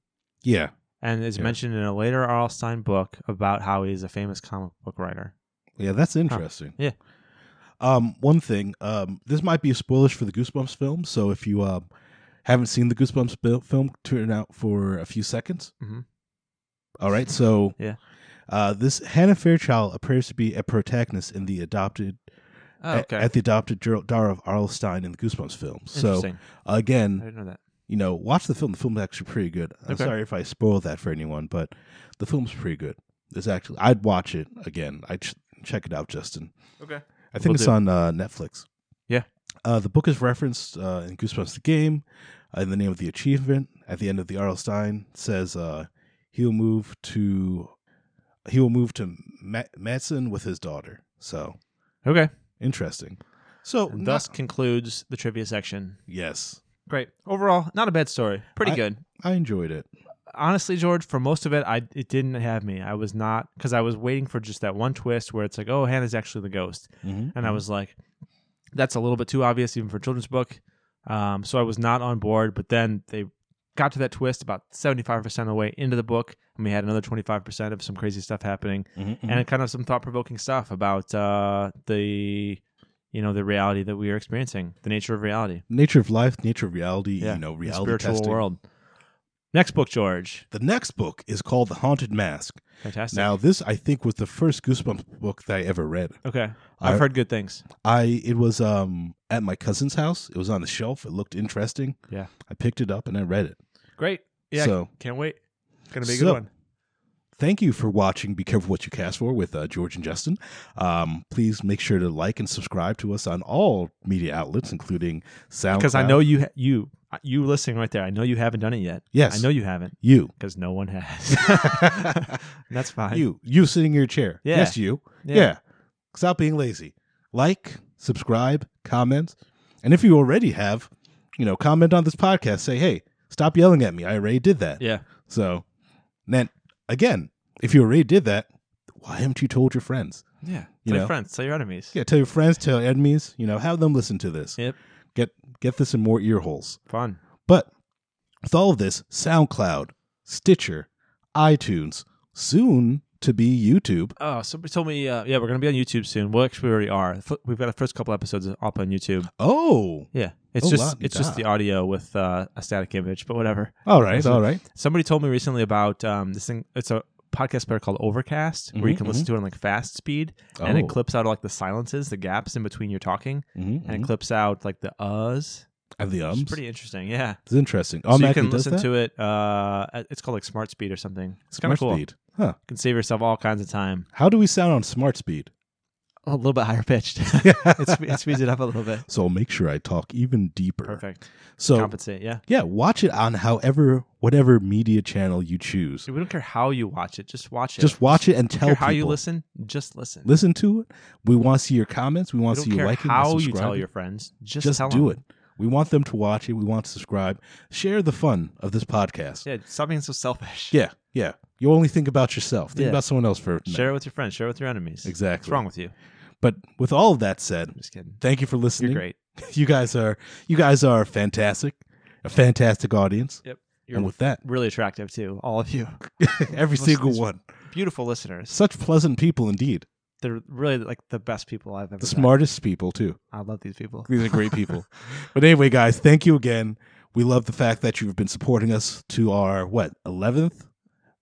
S1: Yeah.
S2: and is
S1: Yeah.
S2: mentioned in a later R.L. Stein book about how he's a famous comic book writer.
S1: Yeah, that's interesting.
S2: Yeah.
S1: Um, one thing, um, this might be a spoilish for the Goosebumps film. So if you um, haven't seen the Goosebumps fil- film, tune out for a few seconds.
S2: Mhm.
S1: All right. So
S2: Yeah.
S1: uh, this Hannah Fairchild appears to be a protagonist in the adopted
S2: Oh, okay,
S1: at, the adopted jar daughter of Arl Stein in the Goosebumps film. So
S2: interesting. I
S1: again,
S2: didn't know that.
S1: you know, watch the film. The film's actually pretty good. I'm
S2: Okay.
S1: sorry if I spoiled that for anyone, but the film's pretty good. It's actually I'd watch it again. I'd ch- check it out, Justin.
S2: Okay.
S1: I think
S2: Will
S1: it's
S2: do.
S1: on uh, Netflix.
S2: Yeah.
S1: Uh, the book is referenced uh, in Goosebumps the Game uh, in the name of the achievement. At the end of the R.L. Stein says uh, he'll move to he will move to Ma- Madsen with his daughter. So
S2: Okay.
S1: interesting. So
S2: And
S1: not-
S2: thus concludes the trivia section.
S1: yes,
S2: Great. Overall, not a bad story. Pretty
S1: I-
S2: good.
S1: I enjoyed it.
S2: honestly, George, for most of it, I it didn't have me. I was not because I was waiting for just that one twist where it's like, oh, Hannah's actually the ghost,
S1: Mm-hmm.
S2: and I was like, that's a little bit too obvious even for a children's book. Um, so I was not on board. But then they got to that twist about seventy five percent of the way into the book, and we had another twenty five percent of some Mm-hmm.
S1: Mm-hmm.
S2: crazy stuff happening and kind of some thought provoking stuff about uh, the you know the reality that we are experiencing, the nature of reality,
S1: Nature of life, nature of reality,
S2: Yeah.
S1: you know,
S2: the
S1: reality
S2: spiritual
S1: testing.
S2: world. Next book, George.
S1: The next book is called The Haunted Mask.
S2: Fantastic.
S1: Now, this I think was the first Goosebumps book that I ever read.
S2: okay,
S1: I-
S2: I've heard good things.
S1: I it was um at my cousin's house. It was on the shelf. It looked interesting.
S2: Yeah.
S1: I picked it up and I read it.
S2: Great. Yeah,
S1: So-
S2: can't wait. It's gonna be a
S1: So-
S2: good one.
S1: Thank you for watching Be Careful What You Cast For with uh, George and Justin. Um, please make sure to like and subscribe to us on all media outlets, including SoundCloud.
S2: Because I know you, ha- you, uh, you listening right there. I know you haven't done it yet.
S1: Yes.
S2: I know you haven't
S1: you.
S2: because no
S1: (laughs)
S2: one has. (laughs) That's fine.
S1: you. You sitting in your chair.
S2: Yeah.
S1: Yes, you. Yeah. Stop being lazy. Like, subscribe, comment. And if you already have, you know, comment on this podcast. Say, hey, stop yelling at me. I already did that.
S2: yeah.
S1: So then again, if you already did that, why haven't you told your friends?
S2: Yeah.
S1: You
S2: Tell
S1: know?
S2: your friends, tell your enemies.
S1: Yeah, tell your friends, tell your enemies, you know, have them listen to this.
S2: Yep.
S1: Get get this in more ear holes.
S2: Fun.
S1: But with all of this, SoundCloud, Stitcher, iTunes, soon to be YouTube.
S2: Oh, somebody told me, uh, yeah, we're going to be on YouTube soon. Well, actually, we already are. F- We've got the first couple episodes up on YouTube.
S1: Oh.
S2: Yeah. It's
S1: Oh,
S2: just
S1: la-
S2: it's
S1: da.
S2: just the audio with uh, a static image, but whatever.
S1: All right, all right.
S2: Somebody told me recently about um, this thing. It's a podcast player called Overcast where you
S1: Mhm,
S2: can listen to it on like fast speed
S1: Oh,
S2: and it clips out like the silences, the gaps in between your talking,
S1: hmm
S2: and it clips out like the uhs.
S1: Have the ums.
S2: It's pretty interesting. Yeah.
S1: it's interesting.
S2: so you
S1: Automatically
S2: can
S1: does
S2: listen
S1: that?
S2: to it. Uh, it's called like Smart Speed or something. It's kind
S1: Smart
S2: of cool.
S1: Speed. Huh.
S2: You can save yourself all kinds of time.
S1: How do we sound on Smart
S2: (laughs)
S1: Speed?
S2: a little bit higher (laughs) pitched. it, spe- it speeds it up a little bit.
S1: So I'll make sure I talk even deeper.
S2: Perfect.
S1: So
S2: Compensate. Yeah.
S1: Yeah, watch it on however, whatever media channel you choose.
S2: Dude, we don't care how you watch it. Just watch it.
S1: Just watch it and tell
S2: care
S1: people.
S2: how you listen. Just listen.
S1: Listen to it. We want to see your comments. We
S2: we
S1: want to see
S2: don't
S1: you
S2: care
S1: liking. and
S2: how you
S1: subscribing.
S2: tell your friends. Just,
S1: Just
S2: tell
S1: do
S2: them.
S1: it. We want them to watch it. We want to subscribe. Share the fun of this podcast.
S2: Yeah. Stop being so selfish.
S1: yeah. yeah. You only think about yourself. Think
S2: Yeah.
S1: about someone else for a minute.
S2: Share it with your friends. Share it with your enemies.
S1: Exactly.
S2: What's wrong with you?
S1: But with all of that said,
S2: I'm just kidding.
S1: thank you for
S2: You're
S1: listening.
S2: great.
S1: (laughs) You guys are you guys are fantastic. A fantastic audience.
S2: Yep. You're
S1: And with that,
S2: really attractive too. All of you.
S1: (laughs) every
S2: Most of
S1: single
S2: these-
S1: one.
S2: (laughs) Beautiful listeners.
S1: Such pleasant people indeed.
S2: They're really like the best people I've ever.
S1: The
S2: met.
S1: smartest people too.
S2: I love these people.
S1: These are great
S2: (laughs)
S1: people. but anyway, guys, thank you again. We love the fact that you've been supporting us to our what eleventh,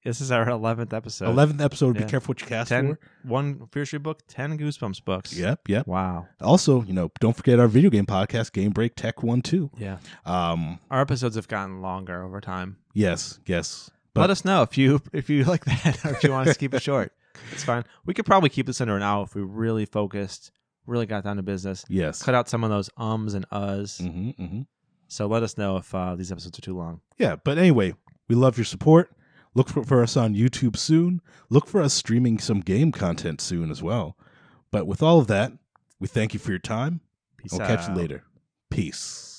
S2: This is our eleventh episode.
S1: eleventh episode. Be
S2: yeah.
S1: careful what you cast
S2: Ten.
S1: for.
S2: One Fear Street book. Ten Goosebumps books.
S1: Yep, yep.
S2: Wow.
S1: Also, you know, don't forget our video game podcast, Game Break Tech One Two.
S2: Yeah.
S1: Um,
S2: our episodes have gotten longer over time.
S1: yes, yes. But-
S2: Let us know if you (laughs) if you like that or if you want us to keep it short. It's fine. We could probably keep this under an hour if we really focused, really got down to business,
S1: Yes.
S2: cut out some of those ums and uhs.
S1: hmm hmm
S2: So let us know if uh, these episodes are too long.
S1: Yeah, but anyway, we love your support. Look for, for us on YouTube soon. Look for us streaming some game content soon as well. But with all of that, we thank you for your time.
S2: Peace
S1: I'll catch you
S2: out.
S1: later. Peace.